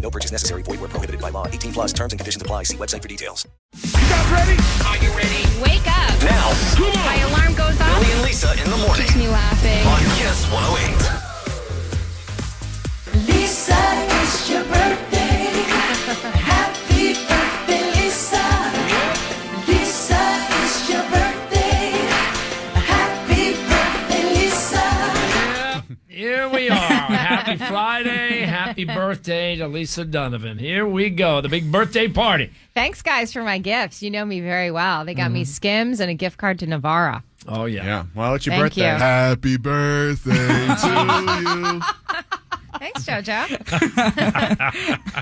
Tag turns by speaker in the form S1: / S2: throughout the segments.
S1: No purchase necessary. Void where prohibited by law. 18 plus terms and conditions apply. See website for details.
S2: You guys ready?
S3: Are you ready?
S4: Wake up.
S3: Now,
S4: My alarm goes off.
S3: Billy and Lisa in the morning
S4: Keeps me laughing.
S3: on Kiss 108.
S5: Lisa, it's your birthday. Happy birthday, Lisa. Lisa, it's your birthday. Happy birthday, Lisa.
S6: Here we are. Happy Friday. Happy birthday to Lisa Donovan. Here we go. The big birthday party.
S7: Thanks, guys, for my gifts. You know me very well. They got me
S2: Mm-hmm.
S7: Skims and a gift card to Navara.
S6: Oh, yeah.
S2: Yeah. Well, it's your
S7: Thank
S2: birthday.
S7: you.
S2: Happy birthday to you.
S7: Thanks, JoJo.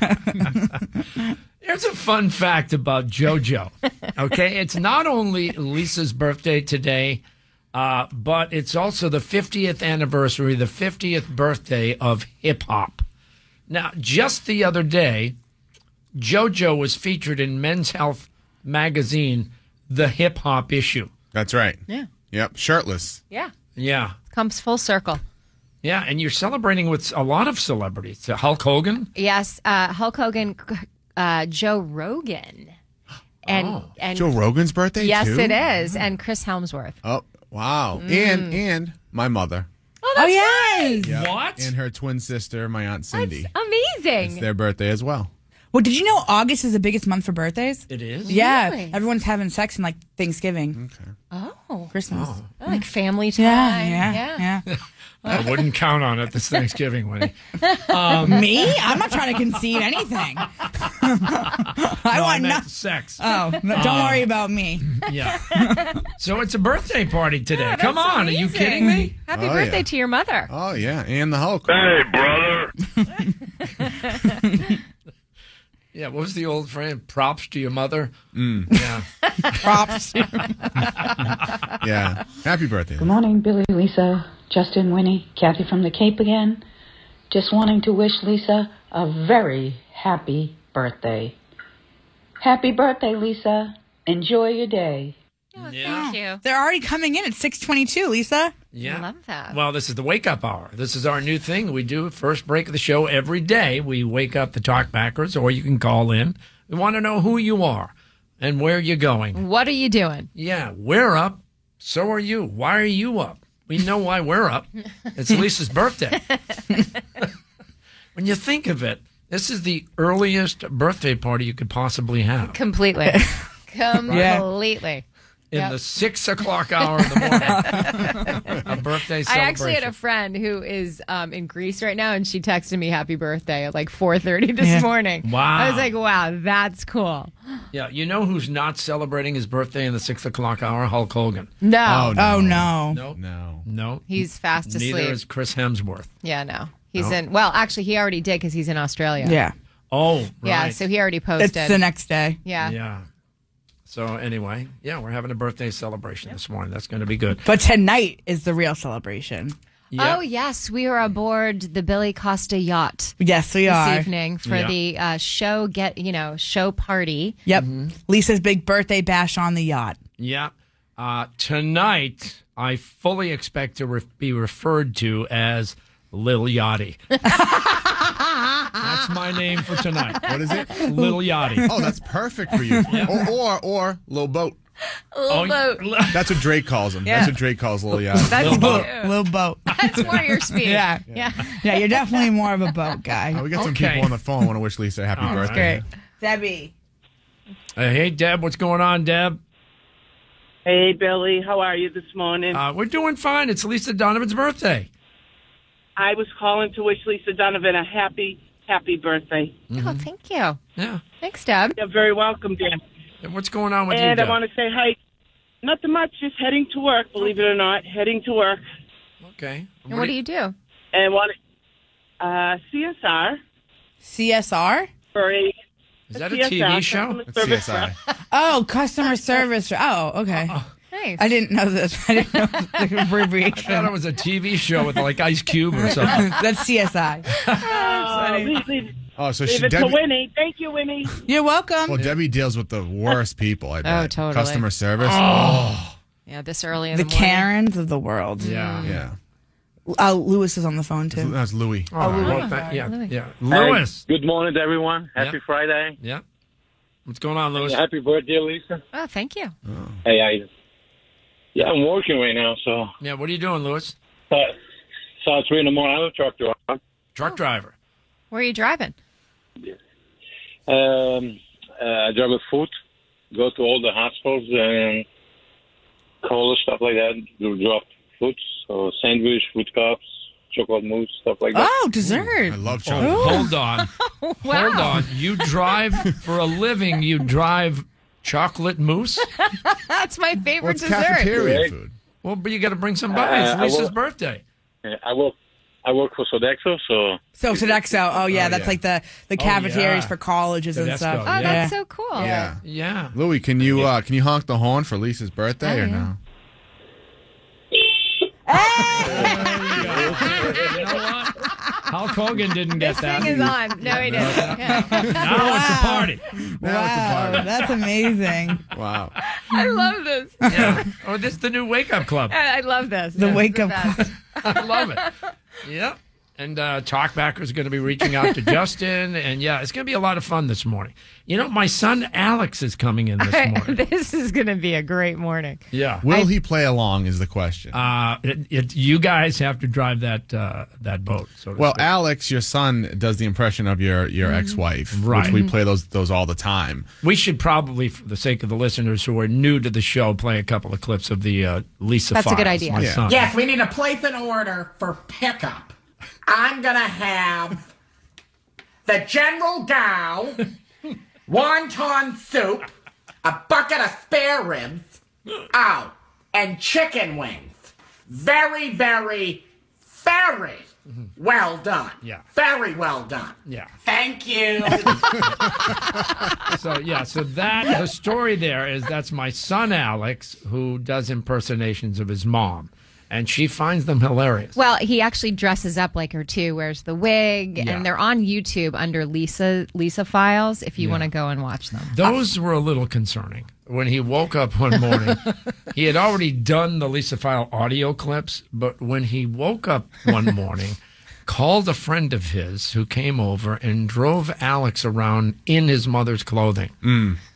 S6: Oh. Here's a fun fact about JoJo. Okay. it's not only Lisa's birthday today, uh, but it's also the 50th anniversary, the 50th birthday of hip hop. Now, just the other day, JoJo was featured in Men's Health magazine, The Hip Hop Issue.
S2: That's right. Yeah. Yep. Shirtless.
S7: yeah.
S6: Yeah.
S7: Comes full circle.
S6: Yeah, and you're celebrating with a lot of celebrities. Hulk Hogan.
S7: Yes, uh, Hulk Hogan, uh, Joe Rogan. And, and
S2: Oh, Joe Rogan's birthday
S7: yes,
S2: too? Mm.
S7: it is. Mm. And Chris Helmsworth.
S2: Oh, wow. And and my mother
S7: Oh, yes.
S6: What?
S2: and her twin sister, my aunt Cindy. It's
S7: Amazing.
S2: their birthday as well.
S8: Well, did you know August is the biggest month for birthdays?
S6: It is.
S8: Yeah,
S7: Really?
S8: everyone's having sex in like Thanksgiving,
S7: oh,
S8: Christmas.
S7: like family time.
S8: Yeah, yeah, yeah.
S6: I wouldn't count on it this Thanksgiving, Winnie. Um,
S8: Me? I'm not trying to concede anything. I want
S6: meant
S8: nothing.
S6: sex.
S8: Oh, no, don't
S6: Um,
S8: worry about me.
S6: yeah. so it's a birthday party today. Come on, are you kidding me?
S7: Happy
S2: Oh,
S7: birthday
S2: yeah.
S7: to your mother.
S2: Oh yeah, and the Hulk.
S6: Yeah. What was the old frame? Props to your mother.
S2: Mm.
S6: Yeah.
S8: Props.
S2: Yeah. Happy birthday.
S9: Good morning, Billy, Lisa, Justin, Winnie, Kathy from the Cape again. Just wanting to wish Lisa a very happy birthday. Happy birthday, Lisa. Enjoy your day.
S6: Yeah.
S7: Thank you.
S8: They're already coming in at 6:22, Lisa.
S6: Yeah.
S7: I love that.
S6: Well, this is the wake up hour. This is our new thing we do first break of the show every day. We wake up the talkbackers, or you can call in. We want to know who you are and where you're going.
S7: What are you doing?
S6: Yeah, we're up. So are you. Why are you up? We know why we're up. It's Lisa's birthday. when you think of it, this is the earliest birthday party you could possibly have
S7: Completely. Completely.
S6: in
S7: Yep.
S6: the six o'clock hour in the morning. a birthday celebration.
S7: I actually had a friend who is um, in Greece right now, and she texted me "Happy Birthday" at like 4:30 this morning.
S6: Wow.
S7: I was like, "Wow, that's cool."
S6: yeah, you know who's not celebrating his birthday in the six o'clock hour? Hulk Hogan.
S7: No,
S8: Oh no.
S6: No,
S2: No.
S6: no.
S7: he's fast asleep.
S6: Neither is Chris Hemsworth.
S7: yeah, no, he's in. Well, actually, he already did because he's in Australia.
S8: Oh. Yeah,
S6: Oh, right.
S7: yeah. So he already
S8: it's
S7: posted.
S8: the next day.
S7: yeah.
S6: yeah. So anyway, yeah, we're having a birthday celebration this morning. That's going to be good.
S8: But tonight is the real celebration.
S6: Yep.
S7: Oh yes, we are aboard the Billy Costa yacht
S8: Yes, we
S7: this
S8: are.
S7: evening for
S6: Yeah.
S7: the uh, show. Get you know show party.
S8: Yep.
S2: Mm-hmm.
S8: Lisa's big birthday bash on the yacht.
S6: Yeah. Uh, tonight, I fully expect to re- be referred to as Lil Yachty. That's my name for tonight.
S2: What is it?
S6: Lil Yachty.
S2: Oh, that's perfect for you. Or or, or Lil Boat.
S6: Oh, li-
S2: That's what Drake calls him. That's what Drake calls Lil Yachty.
S7: That's
S6: Little boat.
S7: cute.
S8: Little
S2: Oh.
S8: boat.
S7: That's warrior speed.
S8: Yeah.
S7: yeah.
S8: Yeah, you're definitely more of a boat
S2: Oh,
S8: guy.
S2: we got some
S6: Okay.
S2: people on the phone want to wish Lisa a happy
S6: All right.
S2: birthday.
S8: Debbie.
S6: Uh, hey, Deb. What's going on, Deb?
S10: Hey, Billy, how are you this morning?
S6: Uh, we're doing fine. It's Lisa Donovan's birthday.
S10: I was calling to wish Lisa Donovan a happy, happy birthday.
S7: Oh, thank you.
S6: Yeah.
S7: Thanks, Deb.
S10: You're very welcome, dear.
S6: And what's going on with you,
S10: And I
S6: Deb?
S10: want to say hi. Nothing much, just heading to work, believe it or not, heading to work.
S6: okay.
S7: And what do you do?
S10: And want uh, CSR
S8: CSR?
S10: for a
S6: Is that a
S10: CSR,
S6: TV show?
S10: customer
S2: That's
S10: service
S2: CSI.
S8: Oh, customer service. Oh, okay.
S7: Nice.
S8: I didn't know this. I didn't know the abbreviation.
S6: I thought it was a TV show with like Ice Cube or something.
S8: That's CSI.
S2: Oh, so
S10: Leave
S2: she,
S10: it to
S2: Debbie,
S10: Winnie. Thank you, Winnie.
S8: You're welcome.
S2: well, Debbie deals with the worst people. I bet.
S7: Oh, totally.
S2: Customer service.
S7: Oh. Yeah, this early in the,
S8: The
S7: morning.
S8: Karens of the world.
S6: Yeah.
S2: yeah.
S8: Uh, Lewis is on the phone too.
S2: That's Louis.
S6: Oh, well, that- yeah, yeah. Lewis.
S11: Good morning to everyone. Happy
S6: Yep.
S11: Friday.
S6: Yeah. What's going on, Lewis?
S11: Happy birthday, Lisa.
S7: Oh, thank you.
S11: Hey, I. Yeah, I'm working right now, so.
S6: Yeah, what are you doing, Lewis?
S11: Uh, so it's three in the morning. I'm a truck driver.
S6: Truck driver.
S7: Where are you driving?
S11: Um, uh, I drive a foot, go to all the hospitals and cola, stuff like that. Do drop foods, so sandwich, food cups, chocolate mousse, stuff like that.
S8: Oh, dessert. I
S2: love
S6: Oh, hold on. Hold on. You drive for a living, you drive chocolate mousse?
S7: That's my favorite dessert.
S2: food.
S6: Well, but you got to bring some by.
S11: Uh,
S6: It's
S11: I
S6: Lisa's
S11: will-
S6: birthday.
S11: Yeah, I work. I work for Sodexo, so
S8: So Sodexo. Oh yeah,
S11: Oh,
S8: that's
S11: yeah.
S8: like the the
S11: Oh,
S8: cafeterias
S11: yeah.
S8: for colleges and
S2: Sodexo,
S8: stuff.
S2: Oh, yeah.
S7: that's so cool.
S2: Yeah.
S6: Yeah.
S2: Louis, can you uh, can you honk the horn for Lisa's birthday or no?
S6: Hulk Hogan didn't get that.
S7: Thing is on. No, he didn't.
S6: Now it's a party.
S8: Wow, that's amazing.
S2: Wow.
S7: I love this.
S6: Yeah. Oh, this is the new wake up club.
S7: I I love this.
S8: The
S7: This is
S8: wake up
S7: best.
S6: I love it. Yep. And uh, Talkbacker is going to be reaching out to Justin. And yeah, it's going to be a lot of fun this morning. You know, my son Alex is coming in this morning.
S7: this is going to be a great morning.
S6: Yeah.
S2: Will he play along? Is the question.
S6: Uh, it, it, you guys have to drive that uh, that boat. So to
S2: Well,
S6: speak.
S2: Alex, your son does the impression of your your ex-wife,
S6: Right.
S2: which we play those those all the time.
S6: we should probably, for the sake of the listeners who are new to the show, play a couple of clips of the uh, Lisa.
S7: That's a good
S6: Files,
S7: idea.
S6: my
S7: Yeah.
S6: son.
S12: Yes, we need a place in order for pickup. I'm gonna have the General Gao, wonton soup, a bucket of spare ribs, oh, and chicken wings. Very, very, very well done.
S6: Yeah.
S12: Very well done.
S6: Yeah.
S12: Thank you.
S6: So yeah. So that the story there is that's my son Alex who does impersonations of his mom, and she finds them hilarious.
S7: Well, he actually dresses up like her too, wears the wig,
S6: Yeah.
S7: and they're on YouTube under Lisa Lisa Files if you want to go and watch them.
S6: Those were a little concerning. When he woke up one morning, he had already done the Lisa File audio clips, but when he woke up one morning, called a friend of his who came over and drove Alex around in his mother's clothing,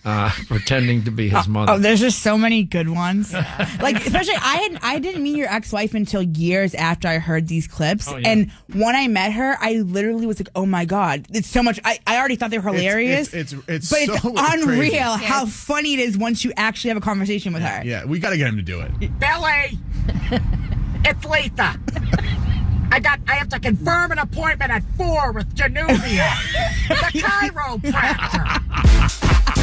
S6: uh, pretending to be his mother.
S8: Mm. Oh, there's just so many good ones. like especially I had I didn't meet your ex-wife until years after I heard these clips.
S6: Oh, yeah.
S8: And when I met her, I literally was like, "Oh my god, it's so much I, I already thought they were
S2: It's-
S8: hilarious."
S2: It's it's, it's
S8: but it's
S2: so
S8: unreal
S2: crazy.
S8: how funny it is once you actually have a conversation with her.
S2: Yeah, we got to get him to do it.
S12: Billy, it's Lisa. I got. I have to confirm an appointment at four with Januvia, the chiropractor.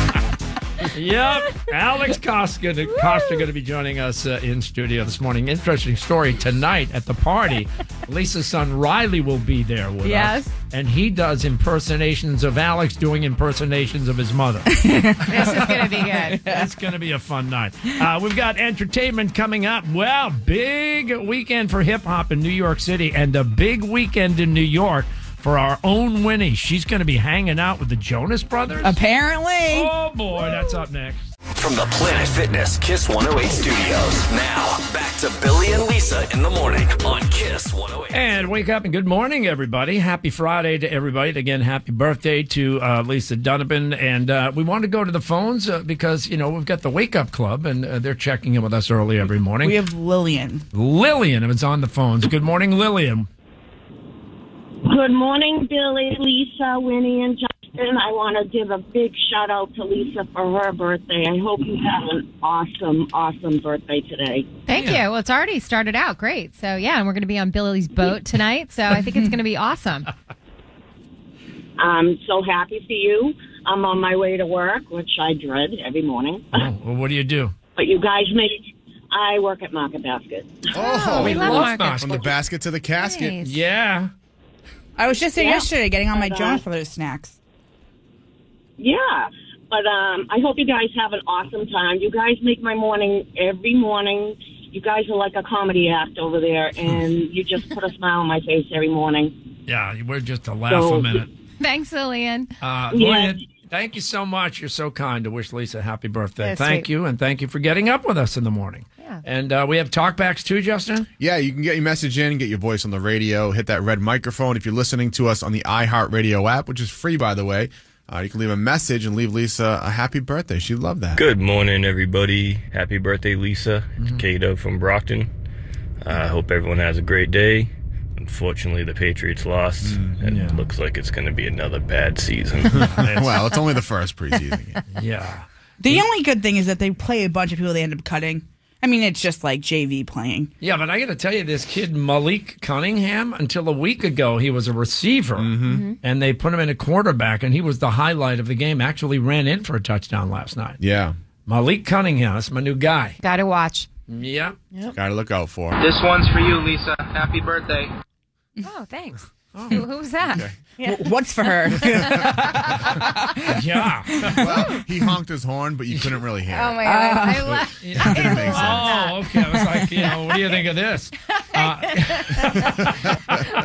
S6: yep. Alex Costa, Costa going to be joining us uh, in studio this morning. Interesting story tonight at the party. Lisa's son Riley will be there with us.
S7: Yes.
S6: And he does impersonations of Alex doing impersonations of his mother.
S7: This is going to be good.
S6: it's going to be a fun night. Uh, we've got entertainment coming up. Well, big weekend for hip hop in New York City and a big weekend in New York for our own Winnie. She's going to be hanging out with the Jonas Brothers.
S8: Apparently.
S6: Oh, boy, that's up next.
S3: From the Planet Fitness Kiss 108 studios. Now, back to Billy and Lisa in the morning on Kiss 108.
S6: And wake up and good morning, everybody. Happy Friday to everybody. And Again, happy birthday to uh, Lisa Donovan. And uh, we want to go to the phones uh, because, you know, we've got the Wake Up Club and uh, they're checking in with us early every morning.
S8: We have Lillian.
S6: Lillian is on the phones. Good morning, Lillian.
S13: Good morning, Billy, Lisa, Winnie, and Justin. I want to give a big shout out to Lisa for her birthday. I hope you have an awesome, awesome birthday today.
S7: Thank you. Well, it's already started out great. So yeah, and we're going to be on Billy's boat tonight. So I think it's going to be awesome.
S13: I'm so happy for you. I'm on my way to work, which I dread every morning.
S6: Oh, well, what do you do?
S13: But you guys make. I work at Market Basket.
S2: Oh,
S7: we love Marcus.
S2: from the basket to the casket.
S7: Nice.
S6: Yeah.
S8: I was just there
S13: Yeah.
S8: yesterday getting all my
S13: Bye-bye.
S8: Jonas Brothers snacks.
S13: Yeah. But um, I hope you guys have an awesome time. You guys make my morning every morning. You guys are like a comedy act over there, and you just put a smile on my face every morning.
S6: Yeah, we're just a laugh
S13: So-
S6: a minute.
S7: Thanks, Lillian.
S6: Uh,
S13: Yeah.
S6: Lillian, thank you so much. You're so kind to wish Lisa a happy birthday.
S7: That's
S6: thank
S7: sweet.
S6: you, and thank you for getting up with us in the morning. Yeah. And uh, we have talkbacks too, Justin.
S2: Yeah, you can get your message in, get your voice on the radio, hit that red microphone. If you're listening to us on the iHeartRadio app, which is free, by the way, uh, you can leave a message and leave Lisa a happy birthday. She'd love that.
S14: Good morning, everybody. Happy birthday, Lisa. It's Kato from Brockton. I hope everyone has a great day. Unfortunately, the Patriots lost, and it looks like it's going to be another bad season.
S2: well, it's only the first preseason. Ah.
S6: Yeah.
S8: The only good thing is that they play a bunch of people they end up cutting. I mean, it's just like JV playing.
S6: Yeah, but I got to tell you, this kid Malik Cunningham, until a week ago, he was a receiver,
S2: Mm-hmm.
S6: and they put him in a quarterback, and he was the highlight of the game. Actually, ran in for a touchdown last night.
S2: Yeah.
S6: Malik Cunningham, that's my new guy.
S7: Got to watch.
S6: Yeah.
S2: Gotta look out for.
S15: This one's for you, Lisa. Happy birthday.
S7: Oh, thanks. Who, who was that?
S8: W- What's for her?
S6: yeah.
S2: Well, he honked his horn, but you couldn't really hear.
S7: Oh, my
S2: it.
S7: God. I
S2: But
S7: love-
S2: it didn't make sense.
S6: Ah. Oh, okay. I was like, you know, what do you think of this?
S7: Uh,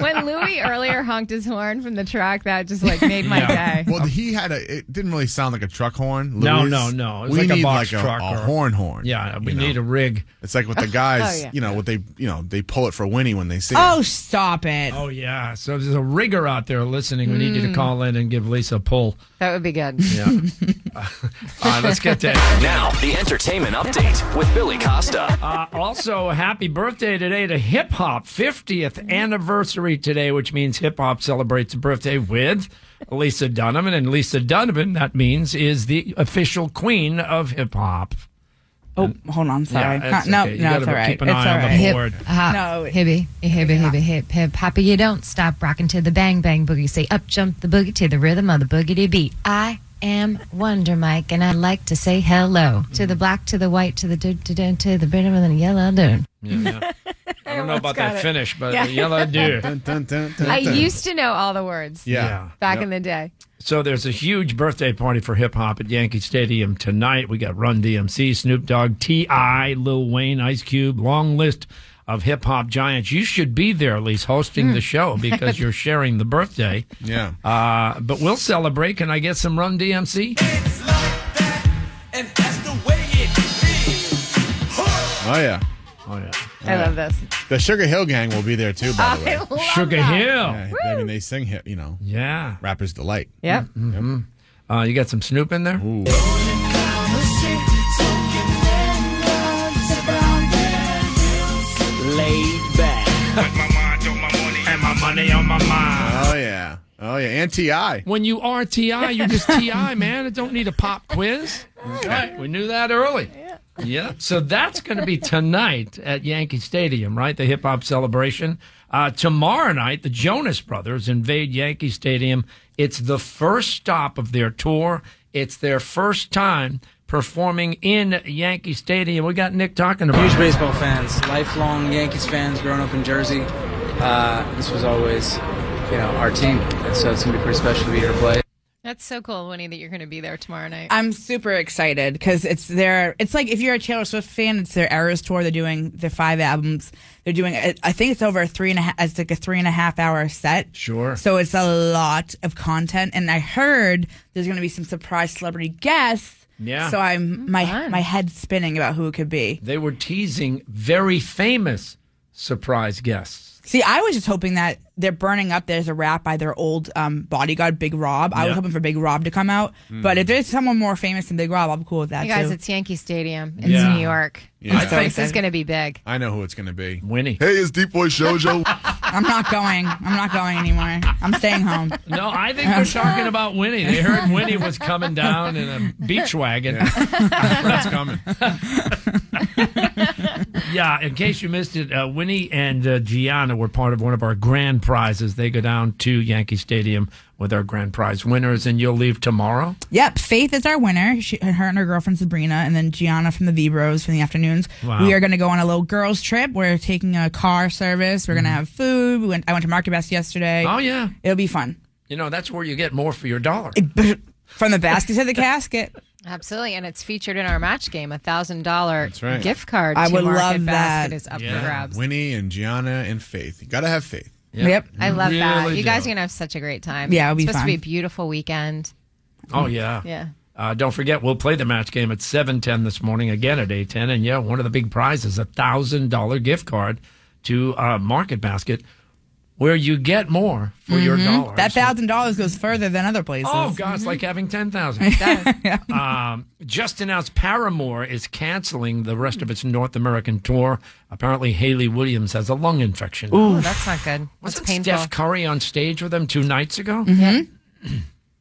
S7: when Louis earlier honked his horn from the truck, that just like made my day.
S2: Well, he had a. It didn't really sound like a truck horn.
S6: No,
S2: Louis.
S6: no, no. It was
S2: we
S6: like a
S2: need
S6: box
S2: like
S6: truck
S2: a,
S6: or-
S2: horn, horn.
S6: Yeah, we
S2: you know?
S6: need a rig.
S2: It's like what the
S7: Oh,
S2: guys,
S8: yeah.
S2: you know, what they, you know, they pull it for Winnie when they see. it.
S8: oh, stop it.
S6: Oh yeah. So if there's a rigger out there listening. We need you to
S8: Mm.
S6: call in and give Lisa a pull.
S7: That would be good.
S6: Yeah. All right, let's get that.
S3: Now, the entertainment update with Billy Costa.
S6: Uh, also, happy birthday today to hip hop. 50th anniversary today, which means hip hop celebrates a birthday with Lisa Donovan. And Lisa Donovan, that means, is the official queen of hip hop.
S8: Oh, hold on. Sorry.
S6: Yeah, it's
S8: no,
S6: okay. You
S8: no, it's
S6: gotta
S8: all right.
S6: keep an
S8: it's
S6: eye
S8: all
S6: on the
S8: right.
S6: Hip board.
S16: Hop,
S8: No,
S16: hibby, hibby, hibby, hip, hip, hoppy. You don't stop rocking to the bang, bang boogie. Say up, jump the boogie to the rhythm of the boogity beat. I am Wonder Mike, and I like to say hello to the black, to the white, to the do, to do, to the brittle, and the yellow dude.
S6: I don't know about
S7: got
S6: that
S7: it.
S6: finish, but
S7: Yeah.
S6: the yellow dude.
S2: Dun, dun, dun, dun,
S7: I
S6: dun.
S7: used to know all the words.
S6: Yeah. Yeah.
S7: Back
S6: Yep.
S7: in the day.
S6: So there's a huge birthday party for hip hop at Yankee Stadium tonight. We got Run DMC, Snoop Dogg, T.I., Lil Wayne, Ice Cube, long list of hip hop giants. You should be there, at least, hosting the show because you're sharing the birthday.
S2: Yeah.
S6: Uh, but we'll celebrate. Can I get some Run DMC?
S2: Oh yeah.
S6: Oh yeah.
S7: I love this.
S2: The Sugar Hill Gang will be there too. By the
S7: I
S2: way,
S7: love Sugar that. Hill.
S2: Yeah, I mean, they sing hip. You know.
S6: Yeah.
S2: Rappers delight.
S7: Yep.
S6: hmm Uh, you got some Snoop in there?
S5: Laid back.
S6: And my money on my mind.
S2: Oh yeah. Oh yeah. And Ti.
S6: When you are TI, you're just TI, man. It don't need a pop quiz. Right. We knew that early. Yeah. So that's going to be tonight at Yankee Stadium, right? The hip hop celebration. Uh, tomorrow night, the Jonas Brothers invade Yankee Stadium. It's the first stop of their tour. It's their first time performing in Yankee Stadium. We got Nick talking about
S17: Huge
S6: it.
S17: baseball fans, lifelong Yankees fans, growing up in Jersey. Uh, this was always, you know, our team, and so it's gonna be pretty special to be here to play.
S7: That's so cool, Winnie, that you're going to be there tomorrow night.
S8: I'm super excited because it's their. It's like if you're a Taylor Swift fan, it's their Eras tour. They're doing their five albums. They're doing. I I think it's over a three and a half. It's like a three and a half hour set.
S6: Sure.
S8: So it's a lot of content, and I heard there's going to be some surprise celebrity guests.
S6: Yeah.
S8: So
S7: Mm,
S8: I'm my my head's spinning about who it could be.
S6: They were teasing very famous surprise guests.
S8: See, I was just hoping that they're burning up. There's a rap by their old um, bodyguard, Big Rob. I
S6: Yeah. Hmm.
S8: was hoping for Big Rob to come out, but if there's someone more famous than Big Rob, I'm cool with that
S7: Hey guys,
S8: too.
S7: it's Yankee Stadium. It's
S2: Yeah.
S7: New York.
S2: Yeah.
S7: So this is going to be big.
S2: I know who it's going to be.
S6: Winnie.
S2: Hey, it's Deep Boy Shoujo.
S8: I'm not going. I'm not going anymore. I'm staying home. Um,
S6: No, I think they're talking about Winnie. They heard Winnie was coming down in a beach wagon.
S2: That's coming.
S6: Yeah, in case you missed it, uh, Winnie and uh, Gianna were part of one of our grand prizes. They go down to Yankee Stadium with our grand prize winners, and you'll leave tomorrow.
S8: Yep, Faith is our winner. She, her and her girlfriend Sabrina, and then Gianna from the V Bros from the afternoons.
S6: Wow.
S8: We are going to go on a little girls trip. We're taking a car service. We're going to have food. We went, I went to Market Best yesterday.
S6: Mm. Oh, yeah.
S8: it'll be fun.
S6: You know, that's where you get more for your dollar.
S8: From the basket to the casket.
S7: Absolutely, and it's featured in our match game. A thousand dollar
S2: right.
S7: gift card.
S8: I
S7: to
S8: would
S7: Market
S8: love that.
S7: Basket is up
S2: Yeah.
S7: for grabs.
S2: Winnie and Gianna and Faith. You gotta have faith.
S7: I love that.
S6: Really
S7: You guys
S6: do.
S7: are gonna have such a great time.
S6: Yeah, it'll be
S7: it's supposed
S6: fun.
S7: to be a beautiful weekend.
S6: Oh yeah.
S7: Yeah.
S6: Uh, don't forget, we'll play the match game at seven ten this morning. Again at eight ten, and yeah, one of the big prizes a thousand dollar gift card to uh, Market Basket, where you get more for your
S7: Mm-hmm.
S8: Mhm.
S6: dollar.
S8: That thousand dollars goes further than other places. Mm-hmm.
S6: Oh gosh, like having ten thousand. um, just announced Paramore is canceling the rest of its North American tour. Apparently, Haley Williams has a lung infection.
S8: Oh,
S7: Ooh, that's not good. That's
S6: Wasn't
S7: painful.
S6: Steph Curry on stage with them two nights ago?
S8: Mm-hmm.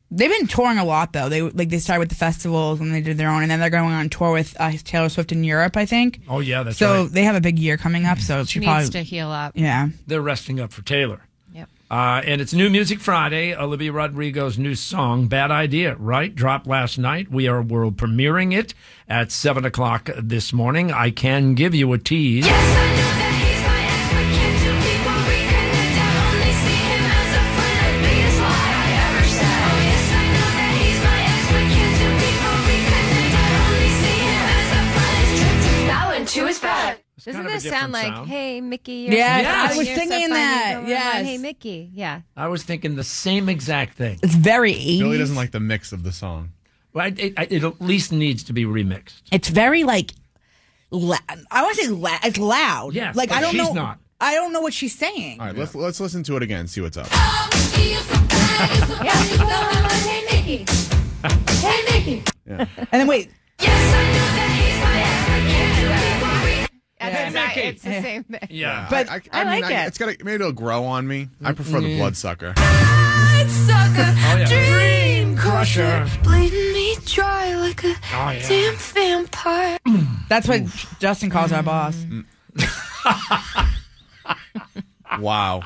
S8: They've been touring a lot though. They like they started with the festivals and they did their own, and then they're going on tour with uh, Taylor Swift in Europe, I think.
S6: Oh yeah, that's
S8: so
S6: right.
S8: they have a big year coming up. So she,
S7: She
S8: probably
S7: needs to heal up.
S8: yeah.
S6: They're resting up for Taylor.
S7: Yep.
S6: Uh, and it's New Music Friday, Olivia Rodrigo's new song, Bad Idea, right? Dropped last night. We are world premiering it at 7 o'clock this morning. I can give you a tease.
S5: Two is bad.
S7: Doesn't
S5: kind of a
S7: this sound
S5: different
S7: like,
S5: sound.
S7: hey, Mickey? You're
S8: Yes,
S7: so
S8: I
S7: funny,
S8: was
S7: you're so
S8: thinking
S7: funny,
S8: that,
S7: blah, blah, blah,
S8: yes.
S7: Hey, Mickey. Yeah.
S6: I was thinking the same exact thing.
S8: It's very 80s.
S2: Billy doesn't like the mix of the song.
S6: Well, it, it, it at least needs to be remixed.
S8: It's very like la- I want to say la- it's loud.
S2: Yes,
S8: like
S2: but
S8: I don't
S2: she's
S8: know.
S2: not.
S8: I don't know what she's saying.
S2: All right, let's let's listen to it again. See what's up.
S8: And then wait.
S7: That's not- it's the same thing.
S6: Yeah,
S2: but
S7: I,
S2: I, I mean,
S7: like
S2: I,
S7: it.
S2: It's gotta maybe it'll grow on me. I prefer the
S5: Mm-mm.
S2: bloodsucker.
S5: Sucker,
S2: yeah.
S5: dream
S6: crusher,
S5: bleeding me dry like a damn vampire.
S8: That's what Justin calls our boss.
S2: Wow.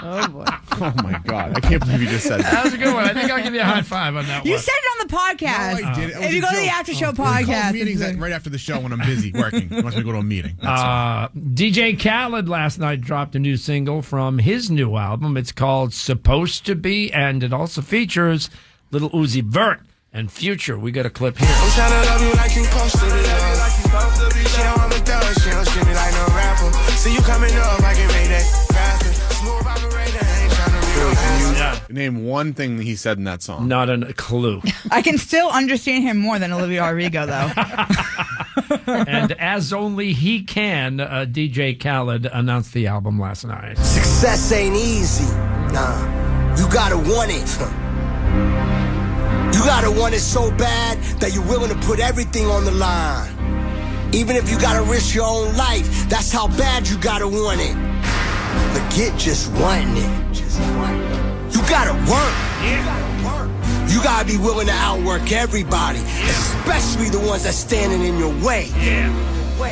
S8: Oh boy.
S2: Oh my god. I can't believe you just said that.
S6: That was a good one. I think I'll give you a high five on that
S8: You
S6: one.
S8: said it on the podcast.
S2: I did. uh, It was
S8: if you
S2: a
S8: go to the
S2: joke.
S8: after show
S2: Oh, we call
S8: podcast,
S2: meetings
S8: it's-
S2: at- right after the show when I'm busy working. He wants me to go to a meeting. That's
S6: Uh, DJ Khaled last night dropped a new single from his new album. It's called Supposed to Be, and it also features Little Uzi Vert and Future. We got a clip here.
S18: I'm tryna love you like you supposed to be loved. She don't want me done, she don't treat me like no rapper. See you coming up, I can make that faster. Smooth operator, ain't tryna be no hassle.
S2: Name one thing that he said in that song.
S6: Not a clue.
S8: I can still understand him more than Olivia Rodrigo, though.
S6: and as only he can, uh, DJ Khaled announced the album last night.
S19: Success ain't easy. Nah. You gotta want it. You gotta want it so bad that you're willing to put everything on the line. Even if you gotta risk your own life, that's how bad you gotta want it. Forget just wanting it. Just wanting it. You gotta work. You gotta be willing to outwork everybody, especially the ones that's standing in your way. Yeah. man,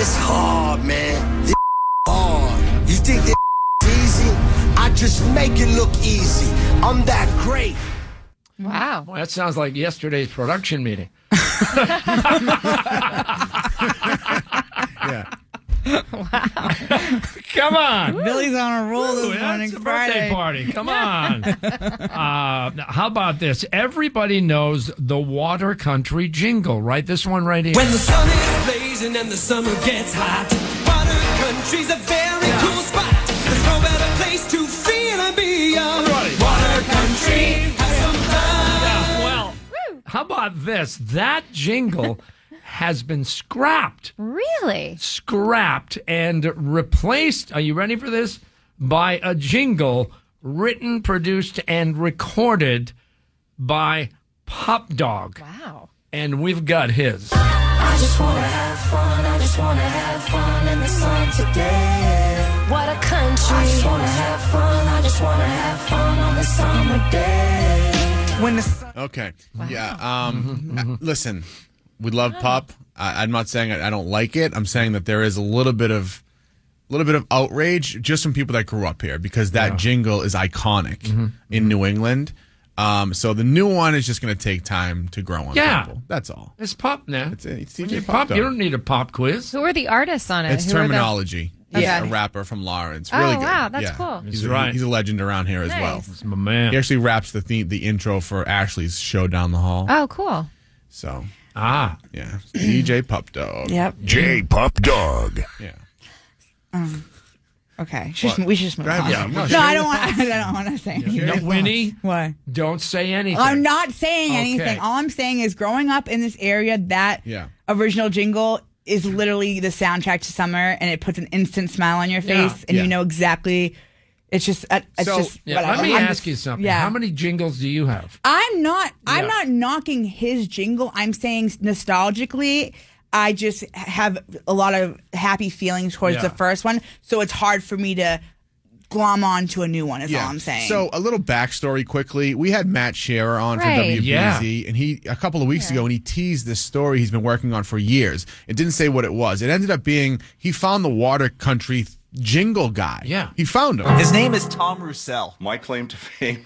S19: it's hard, man. This hard. You think this easy? I just make it look easy. I'm that great.
S7: Wow.
S6: Well, that sounds like yesterday's production meeting.
S2: yeah.
S6: Come on.
S8: Billy's on a roll
S6: Ooh,
S8: this
S6: that's
S8: morning.
S6: a
S8: Friday.
S6: birthday party. Come on. uh, now, how about this? Everybody knows the Water Country jingle, right? This one right here.
S20: When the sun is blazing and the summer gets hot, water country's a very cool spot. There's no better place to feel and be young. Water country has some fun.
S6: well, how about this? That jingle has been scrapped.
S7: Really?
S6: Scrapped and replaced. Are you ready for this? By a jingle written, produced, and recorded by Pop Dog.
S7: Wow.
S6: And we've got his.
S5: I just wanna have fun, I just wanna have fun in the sun today. What a country. I just wanna have fun, I just wanna have fun on the summer day.
S8: When the
S2: Okay. Yeah. Um. uh, Listen, we love pop. I, I'm not saying I, I don't like it. I'm saying that there is a little bit of, little bit of outrage just from people that grew up here because that jingle is iconic
S6: Mm-hmm.
S2: in New England. Um. So the new one is just going to take time to grow on.
S6: Yeah.
S2: people. That's all.
S6: It's pop now.
S2: It's, it's
S6: When
S2: DJ
S6: you
S2: Pop
S6: pop, you
S2: Dog.
S6: don't need a pop quiz.
S7: Who are the artists on it?
S2: It's
S7: Who are the-
S2: terminology. He's
S7: Okay.
S2: a rapper from Lawrence.
S7: Oh,
S2: Really good.
S7: wow, that's
S2: Yeah.
S7: cool.
S2: He's
S6: He's
S2: a,
S6: right.
S2: He's a legend around here as well.
S7: Nice.
S6: He's my man.
S2: He actually raps the theme, the intro for Ashley's show down the hall.
S16: Oh, cool.
S2: So
S6: ah,
S2: yeah, DJ Pup Dog.
S8: Yep.
S2: J Pup Dog. Yeah.
S8: Um, okay,
S2: What?
S8: Should- we should just move
S2: Drive
S8: on.
S2: yeah,
S8: no,
S2: no,
S8: I
S2: share
S8: don't
S2: your
S8: want. I don't want to say. anything.
S6: No, Winnie.
S8: Why?
S6: Don't say anything.
S8: I'm not saying
S6: Okay.
S8: anything. All I'm saying is, growing up in this area, that
S6: Yeah.
S8: original jingle is literally the soundtrack to summer, and it puts an instant smile on your
S6: Yeah.
S8: face, and
S6: Yeah.
S8: you know exactly. It's just. uh, It's
S6: so
S8: just.
S6: yeah,
S8: whatever.
S6: let me
S8: I'm
S6: ask
S8: just-
S6: you something.
S8: Yeah.
S6: How many jingles do you have?
S8: I'm not. I'm
S6: Yeah.
S8: not knocking his jingle. I'm saying nostalgically. I just have a lot of happy feelings towards
S2: Yeah.
S8: the first one, so it's hard for me to glom on to a new one. Is all I'm saying.
S2: So a little backstory quickly. We had Matt Scherer on
S8: Right.
S2: for WBZ,
S8: Yeah.
S2: and he a couple of weeks ago, and he teased this story he's been working on for years. It didn't say what it was. It ended up being he found the Water Country jingle guy. Yeah, he found him.
S21: His name is Tom Roussel. My claim to fame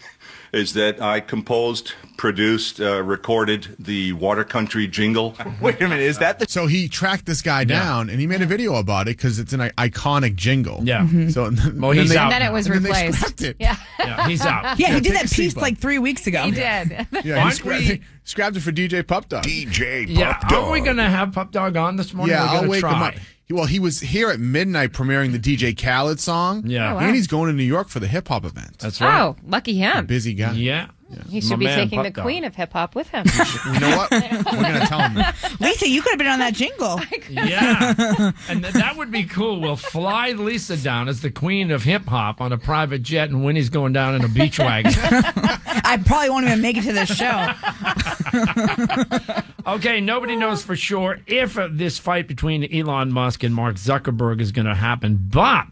S21: is that I composed, produced, uh, recorded the Water Country jingle. Wait a minute, is that the?
S2: So he tracked this guy down, and he made a video about it because it's an I- iconic jingle. Yeah. So
S6: Well, he's out. And
S16: then it was
S2: and then they
S16: replaced.
S2: scrapped it.
S16: Yeah.
S6: Yeah, he's out.
S8: Yeah, he did
S2: take
S8: that
S2: a seat,
S8: piece
S2: bud.
S8: like three weeks ago.
S16: He did.
S2: Yeah, he
S6: Aren't
S2: scrapped,
S6: we-
S2: scrapped it for DJ Pup Dog. DJ
S6: yeah. Are we gonna have Pup Dog on this morning?
S2: Yeah,
S6: We're
S2: I'll
S6: gonna
S2: wake him
S6: try.
S2: up. He- Well, he was here at midnight premiering the DJ Khaled song.
S6: Yeah. Oh, wow.
S2: and he's going to New York for the hip hop event. That's
S7: Oh, lucky him.
S2: busy guy.
S6: Yeah.
S7: He should be taking the queen of hip hop with him.
S2: You know what? We're gonna tell him.
S8: Lisa, you could have been on that jingle.
S6: Yeah, and th- that would be cool. We'll fly Lisa down as the queen of hip hop on a private jet, and Winnie's going down in a beach wagon.
S8: I probably won't even make it to this show.
S6: Okay, nobody knows for sure if uh, this fight between Elon Musk and Mark Zuckerberg is going to happen, but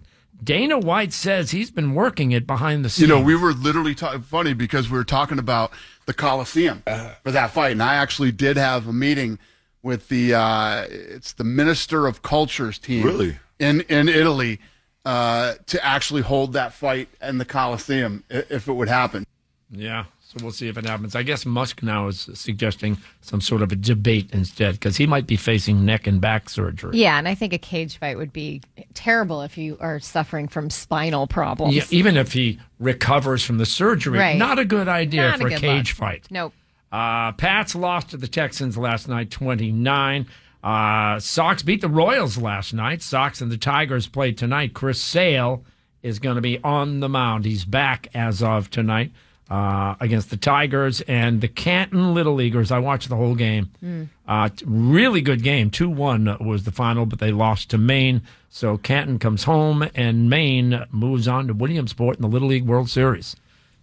S6: Dana White says he's been working it behind the
S22: You
S6: scenes.
S22: know, we were literally ta- funny because we were talking about the Coliseum for that fight, and I actually did have a meeting with the uh, it's the Minister of Culture's team,
S21: Really?
S22: in in Italy, uh, to actually hold that fight in the Coliseum i- if it would happen.
S6: yeah, so we'll see if it happens. I guess Musk now is suggesting some sort of a debate instead because he might be facing neck and back surgery.
S7: yeah, and I think a cage fight would be terrible if you are suffering from spinal problems.
S6: Yeah, even if he recovers from the surgery,
S7: Right.
S6: not a good idea
S7: Not
S6: for a,
S7: good
S6: cage
S7: look.
S6: fight.
S7: Nope.
S6: Uh, Pats lost to the Texans last night, 29. Uh, Sox beat the Royals last night. Sox and the Tigers play tonight. Chris Sale is going to be on the mound. He's back as of tonight uh, against the Tigers and the Canton Little Leaguers. I watched the whole game.
S5: Mm.
S6: Uh, t- really good game. 2 1 was the final, but they lost to Maine. So Canton comes home, and Maine moves on to Williamsport in the Little League World Series.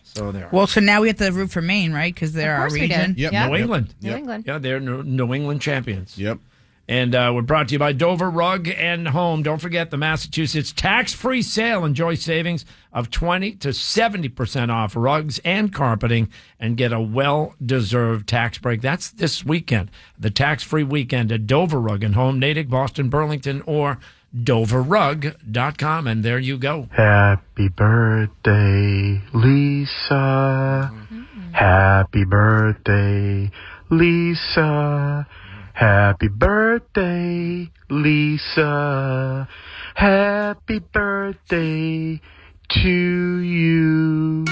S6: So there.
S8: Well, so now we have to root for Maine, right? Because they're
S6: Of
S8: our
S6: course we
S8: region.
S6: did. Yep, New England.
S8: New Yep. England.
S6: Yeah, they're New New England champions.
S2: Yep.
S6: And uh, we're brought to you by Dover Rug and Home. Don't forget the Massachusetts tax-free sale. Enjoy savings of 20 to 70% off rugs and carpeting and get a well-deserved tax break. That's this weekend, the tax-free weekend at Dover Rug and Home, Natick, Boston, Burlington, or doverrug.com. And there you go.
S23: Happy birthday, Lisa. Happy birthday, Lisa. Happy birthday, Lisa. Happy birthday to you.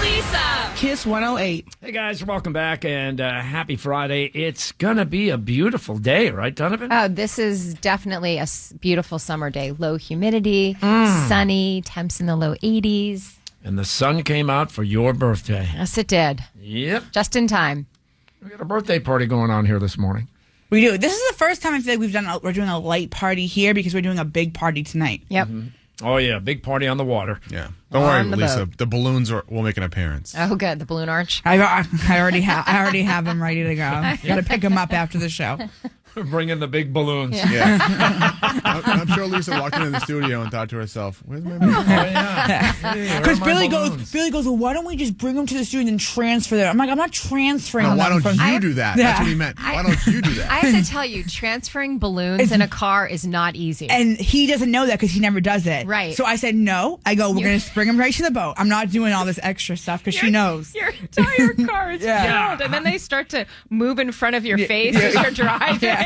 S6: Lisa.
S24: Kiss 108.
S6: Hey guys, welcome back and uh, happy Friday. It's going to be a beautiful day, right, Donovan?
S7: Oh, this is definitely a s- beautiful summer day. Low humidity,
S6: Mm.
S7: sunny, temps in the low 80s.
S6: And the sun came out for your birthday.
S7: Yes, it did.
S6: Yep.
S7: Just in time.
S6: We got a birthday party going on here this morning.
S8: We do. This is the first time I feel like we've done. A, we're doing a light party here because we're doing a big party tonight.
S7: Yep.
S6: Oh yeah, big party on the water.
S2: Yeah. Don't
S8: On
S2: worry,
S8: the
S2: Lisa.
S8: boat.
S2: The balloons are, will make an appearance.
S7: Oh, good. The balloon arch.
S8: I've, I I already have. I already have them ready to go. Got to pick them up after the show.
S6: Bring in the big balloons.
S8: Yeah.
S2: I'm, I'm sure Lisa walked into the studio and thought to herself, "Where's my
S8: Because
S2: my
S8: Billy goes, Billy goes. Well, why don't we just bring them to the studio and then transfer them? I'm like, I'm not transferring.
S2: No,
S8: them
S2: Oh, why don't
S8: from-
S2: you do that? That's what he meant. Why don't you do that?
S7: I have to tell you, transferring balloons in a car is not easy.
S8: And he doesn't know that because he never does it.
S7: Right.
S8: So I said no. I go, we're
S7: You-
S8: gonna just bring him right to the boat. I'm not doing all this extra stuff because she
S7: You're-
S8: knows.
S7: Your entire car is
S8: Yeah.
S7: filled, and then they start to move in front of your face
S8: yeah.
S7: as you're driving.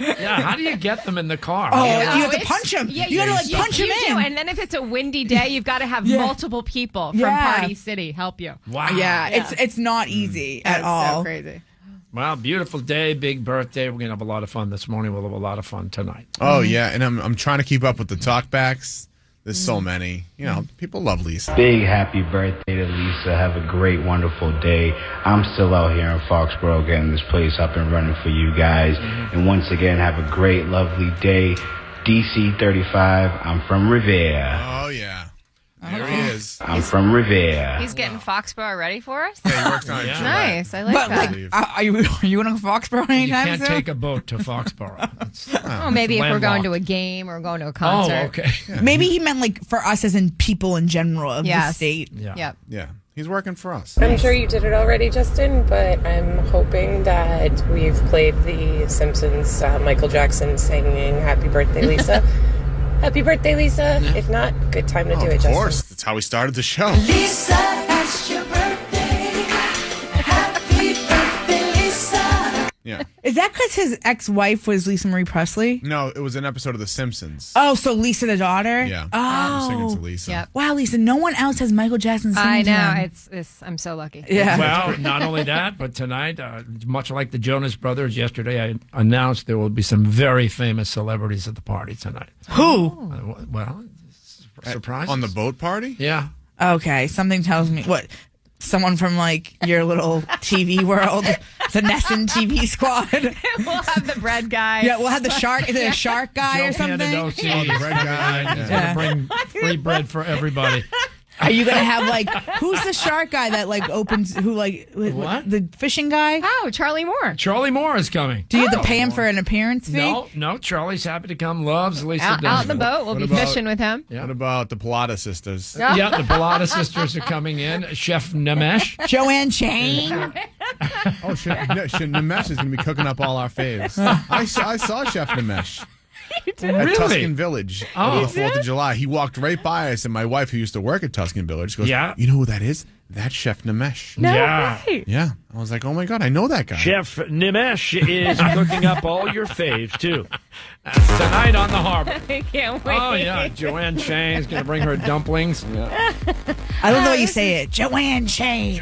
S6: Yeah, how do you get them in the car?
S8: Oh,
S6: Yeah.
S8: you have to punch him. you got to like punch him
S7: you
S8: in.
S7: Do. And then if it's a windy day, you've got to have
S8: Yeah.
S7: multiple people from
S8: Yeah.
S7: Party City help you.
S6: Wow.
S8: Yeah, it's it's not easy
S7: Mm.
S8: at
S7: That's
S8: all.
S7: So crazy.
S6: Wow, beautiful day, big birthday. We're gonna have a lot of fun this morning. We'll have a lot of fun tonight.
S2: Oh
S8: Mm-hmm.
S2: yeah, and I'm I'm trying to keep up with the talkbacks. There's so many. You know, people love Lisa.
S1: Big happy birthday to Lisa. Have a great, wonderful day. I'm still out here in Foxborough getting this place up and running for you guys. And once again, have a great, lovely day. DC 35, I'm from Revere.
S2: Oh yeah, there he is.
S1: I'm from Revere.
S7: He's getting Foxborough ready for us.
S2: Yeah.
S7: Nice. I like
S8: but
S7: that.
S8: like, are are you are you going to Foxborough
S6: You
S8: anytime
S6: can't
S8: soon?
S6: take a boat to Foxborough.
S7: oh, maybe if we're going to a game or going to a concert.
S8: Maybe he meant like for us as in people in general of the
S7: Yes.
S8: state.
S6: Yeah.
S7: Yep.
S2: Yeah, he's working for us.
S4: I'm sure you did it already, Justin, but I'm hoping that we've played the Simpsons uh, Michael Jackson singing Happy Birthday, Lisa. Happy Birthday, Lisa. If not, good time to
S2: Oh,
S4: do it,
S2: Of
S4: Justin.
S2: course, that's how we started the show.
S20: Lisa, it's your birthday. Happy birthday, Lisa.
S2: Yeah.
S8: Is that because his ex wife was Lisa Marie Presley?
S2: No, it was an episode of The Simpsons.
S8: Oh, so Lisa the daughter?
S2: Yeah.
S8: Oh.
S2: Singing to Lisa.
S8: Wow, Lisa, no one else has Michael Jackson singing
S7: I
S8: to
S7: know.
S8: him.
S7: It's, it's I'm so lucky.
S6: Well, not only that, but tonight, uh, much like the Jonas Brothers yesterday, I announced there will be some very famous celebrities at the party tonight.
S8: Who?
S6: Uh, well, surprise
S2: on the boat party.
S6: Yeah.
S8: Okay, something tells me what someone from like your little TV world, the Nesson TV squad.
S7: we'll have the bread guy.
S8: Yeah, we'll have the shark, the shark guy or something.
S6: Canada, no cheese.
S8: bread guy.
S6: He's
S8: Yeah.
S6: gonna bring free bread for everybody.
S8: Are you gonna have like who's the shark guy that like opens who like
S6: What?
S8: the fishing guy?
S7: Oh, Charlie Moore. Oh.
S6: Charlie Moore is coming. Oh.
S8: Do you have to pay him for an appearance fee?
S6: No, no. Charlie's happy to come. Loves Lisa.
S7: Out, out in the
S6: Dunham.
S7: boat, we'll
S2: What
S7: be
S2: about-
S7: fishing with him.
S2: What about the Pilata sisters?
S7: Yeah.
S6: Yeah, the Pilata sisters are coming in. Chef Nemesh.
S8: Joanne Chang.
S2: Oh, Sh- N- Sh- Nimesh is going to be cooking up all our faves. I, saw, I saw Chef Nimesh at
S6: Really?
S2: Tuscan Village
S6: Oh.
S2: over
S6: You
S2: the Fourth of July. He walked right by us, and my wife, who used to work at Tuscan Village, goes,
S6: Yeah.
S2: you know who that is? That's Chef Nimesh."
S6: No Yeah. way.
S2: Yeah. I was like, "Oh my god, I know that guy."
S9: Chef Nimesh is cooking up all your faves too.
S6: Tonight on the harbor.
S7: I can't wait.
S6: Oh yeah, Joanne Chang is going to bring her dumplings.
S8: I love the way you say it, Joanne Chang.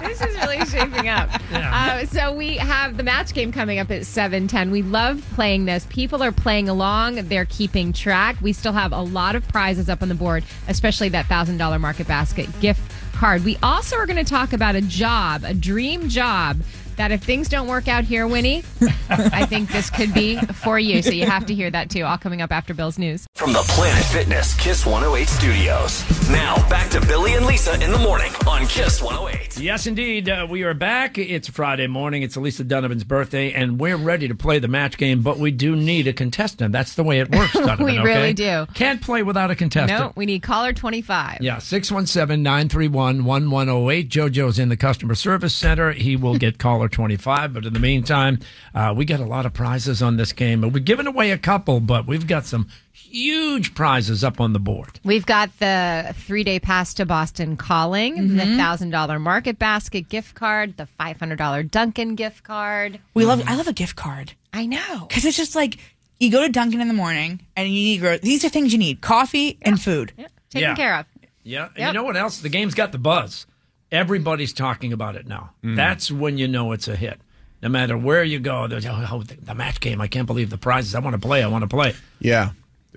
S7: This is really shaping up. Uh, so we have the match game coming up at seven ten. We love playing this. People are playing along. They're keeping track. We still have a lot of prizes up on the board, especially that thousand dollar market basket gift card. We also are going to talk about a job, a dream job. That if things don't work out here, Winnie, I think this could be for you. So you have to hear that too. All coming up after Bill's news.
S3: From the Planet Fitness Kiss 108 studios. Now back to Billy and Lisa in the morning on Kiss 108.
S6: Yes, indeed. Uh, we are back. It's Friday morning. It's Elisa Donovan's birthday, and we're ready to play the match game, but we do need a contestant. That's the way it works, Donovan.
S7: we
S6: okay?
S7: really do.
S6: Can't play without a contestant.
S7: No, we need caller twenty five.
S6: Yeah, 617 931 1108. JoJo's in the customer service center. He will get caller 25. But in the meantime, uh, we got a lot of prizes on this game. And we're giving away a couple, but we've got some huge prizes up on the board.
S7: We've got the three day pass to Boston Calling, the thousand dollar market basket gift card, the five hundred dollar Dunkin' gift card.
S8: We love. I love a gift card.
S7: I know.
S8: Because it's just like you go to Dunkin' in the morning and you need grow. These are things you need: coffee and food.
S7: Taken
S6: Yeah.
S7: care of.
S6: Yeah. And
S7: Yep.
S6: you know what else? The game's got the buzz. Everybody's talking about it now. That's when you know it's a hit. No matter where you go, there's oh, oh, the the match game. I can't believe the prizes. I want to play. I want to play.
S2: Yeah,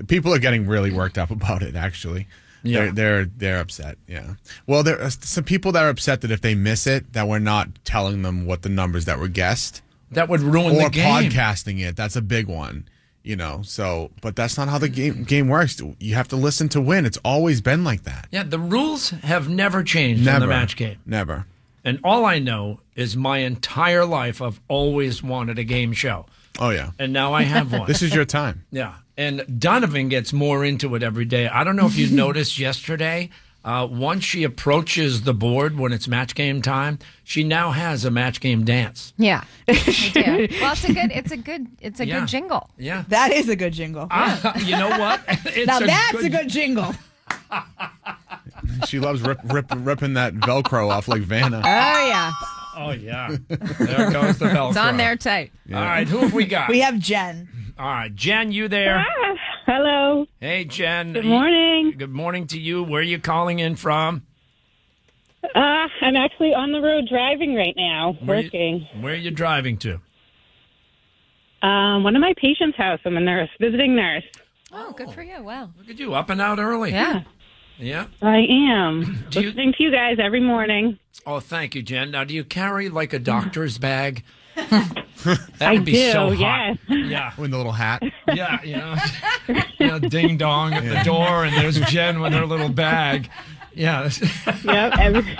S2: people are getting really worked up about it. Actually,
S6: Yeah.
S2: they're they're, they're upset. Yeah. Well, there are some people that are upset that if they miss it, that we're not telling them what the numbers that were guessed.
S6: That would ruin
S2: or
S6: the game.
S2: podcasting it. That's a big one. You know. So, but that's not how the game game works. You have to listen to win. It's always been like that.
S6: Yeah, the rules have never changed in
S2: Never.
S6: the match game.
S2: Never.
S6: And all I know is my entire life I've always wanted a game show.
S2: Oh yeah.
S6: And now I have one.
S2: This is your time.
S6: Yeah. And Donovan gets more into it every day. I don't know if you noticed yesterday. Uh, once she approaches the board when it's match game time, she now has a match game dance.
S7: Yeah. I do. Well, it's a good. It's a good. It's a
S6: Yeah.
S7: good jingle.
S6: Yeah. Ah,
S8: That is a good jingle.
S6: you know what? It's
S8: now that's a good jingle.
S2: She loves rip, rip, ripping that Velcro off like Vanna.
S7: Oh yeah.
S6: Oh yeah, there goes the Velcro.
S7: It's on there tight.
S6: All right, who have we got?
S8: We have Jen.
S6: All right, Jen, you there?
S10: Hello.
S6: Hey, Jen.
S10: Good
S6: You-
S10: morning.
S6: Good morning to you. Where are you calling in from?
S10: Uh, I'm actually on the road driving right now,
S6: Where you-
S10: working.
S6: Where are you driving to?
S10: Um, one of my patients' house. I'm a nurse, visiting nurse.
S7: Oh, good for you. Wow.
S6: Look at you, up and out early.
S10: Yeah.
S6: Yeah.
S10: I am listening to you guys every morning.
S6: Oh, thank you, Jen. Now, do you carry like a doctor's bag? that
S10: I
S6: would be
S10: do,
S6: so
S10: yes.
S6: hot. Yeah.
S2: With the little hat.
S6: Yeah, you know, you know, ding dong at the door, and there's Jen with her little bag. Yeah.
S10: Yep, every,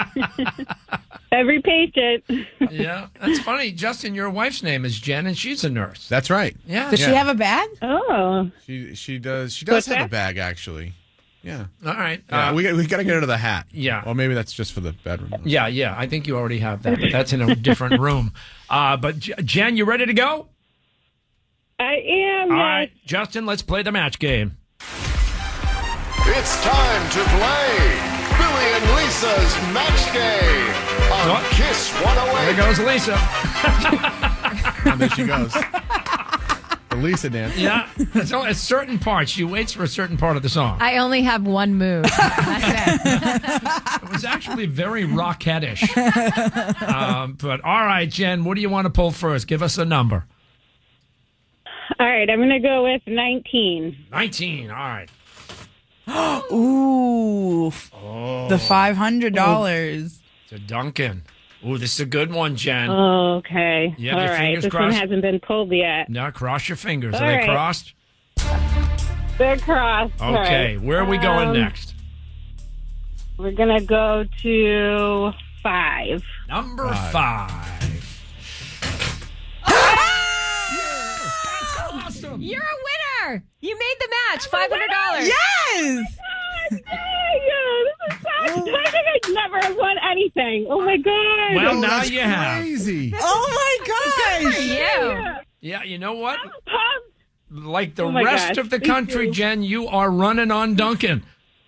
S10: every patient.
S6: yeah, that's funny. Justin, your wife's name is Jen, and she's a nurse.
S2: That's right.
S6: Yeah.
S8: Does she have a bag?
S10: Oh.
S2: She she does she does
S6: Put
S2: have a
S6: that-
S2: bag actually. Yeah.
S6: All right.
S2: Yeah,
S6: uh,
S2: we got, we got to get rid of the hat.
S6: Yeah.
S2: Or maybe that's just for the bedroom.
S6: yeah, yeah. I think you already have that, but that's in a different room. Uh, but J- Jen, you ready to go?
S10: I am.
S6: All right, Justin, let's play the match game.
S11: It's time to play Billy and Lisa's Match Game on Kiss 108.
S6: There goes Lisa.
S2: And there she goes. The Lisa dance.
S6: Yeah. So at certain parts, she waits for a certain part of the song.
S7: I only have one move.
S6: It was actually very rockettish. um, but all right, Jen, what do you want to pull first? Give us a number.
S10: All right, I'm going to go with 19.
S6: 19. All right.
S8: Ooh.
S10: Oh.
S8: The $500.
S6: To Duncan. Ooh, this is a good one, Jen.
S10: Oh. Okay.
S6: You have
S10: All
S6: your
S10: right.
S6: fingers
S10: This one
S6: crossed?
S10: hasn't been pulled yet.
S6: Now cross your fingers.
S10: All
S6: Are they
S10: right.
S6: crossed?
S10: They're crossed. All
S6: Okay.
S10: right.
S6: Where are we going
S10: Um,
S6: next?
S10: We're going to go to five.
S6: Number five.
S7: You're a winner. You made the match. Five hundred dollars.
S8: Yes.
S10: Oh, this is such- I think I'd never have won anything. Oh my god!
S6: Well, now you have.
S2: Crazy.
S8: Oh my
S10: Good
S8: gosh.
S10: for you.
S7: Yeah.
S6: Yeah, you know what? Like the
S10: Oh my
S6: rest
S10: gosh,
S6: of the
S10: thank
S6: country,
S10: you.
S6: Jen, you are running on Duncan.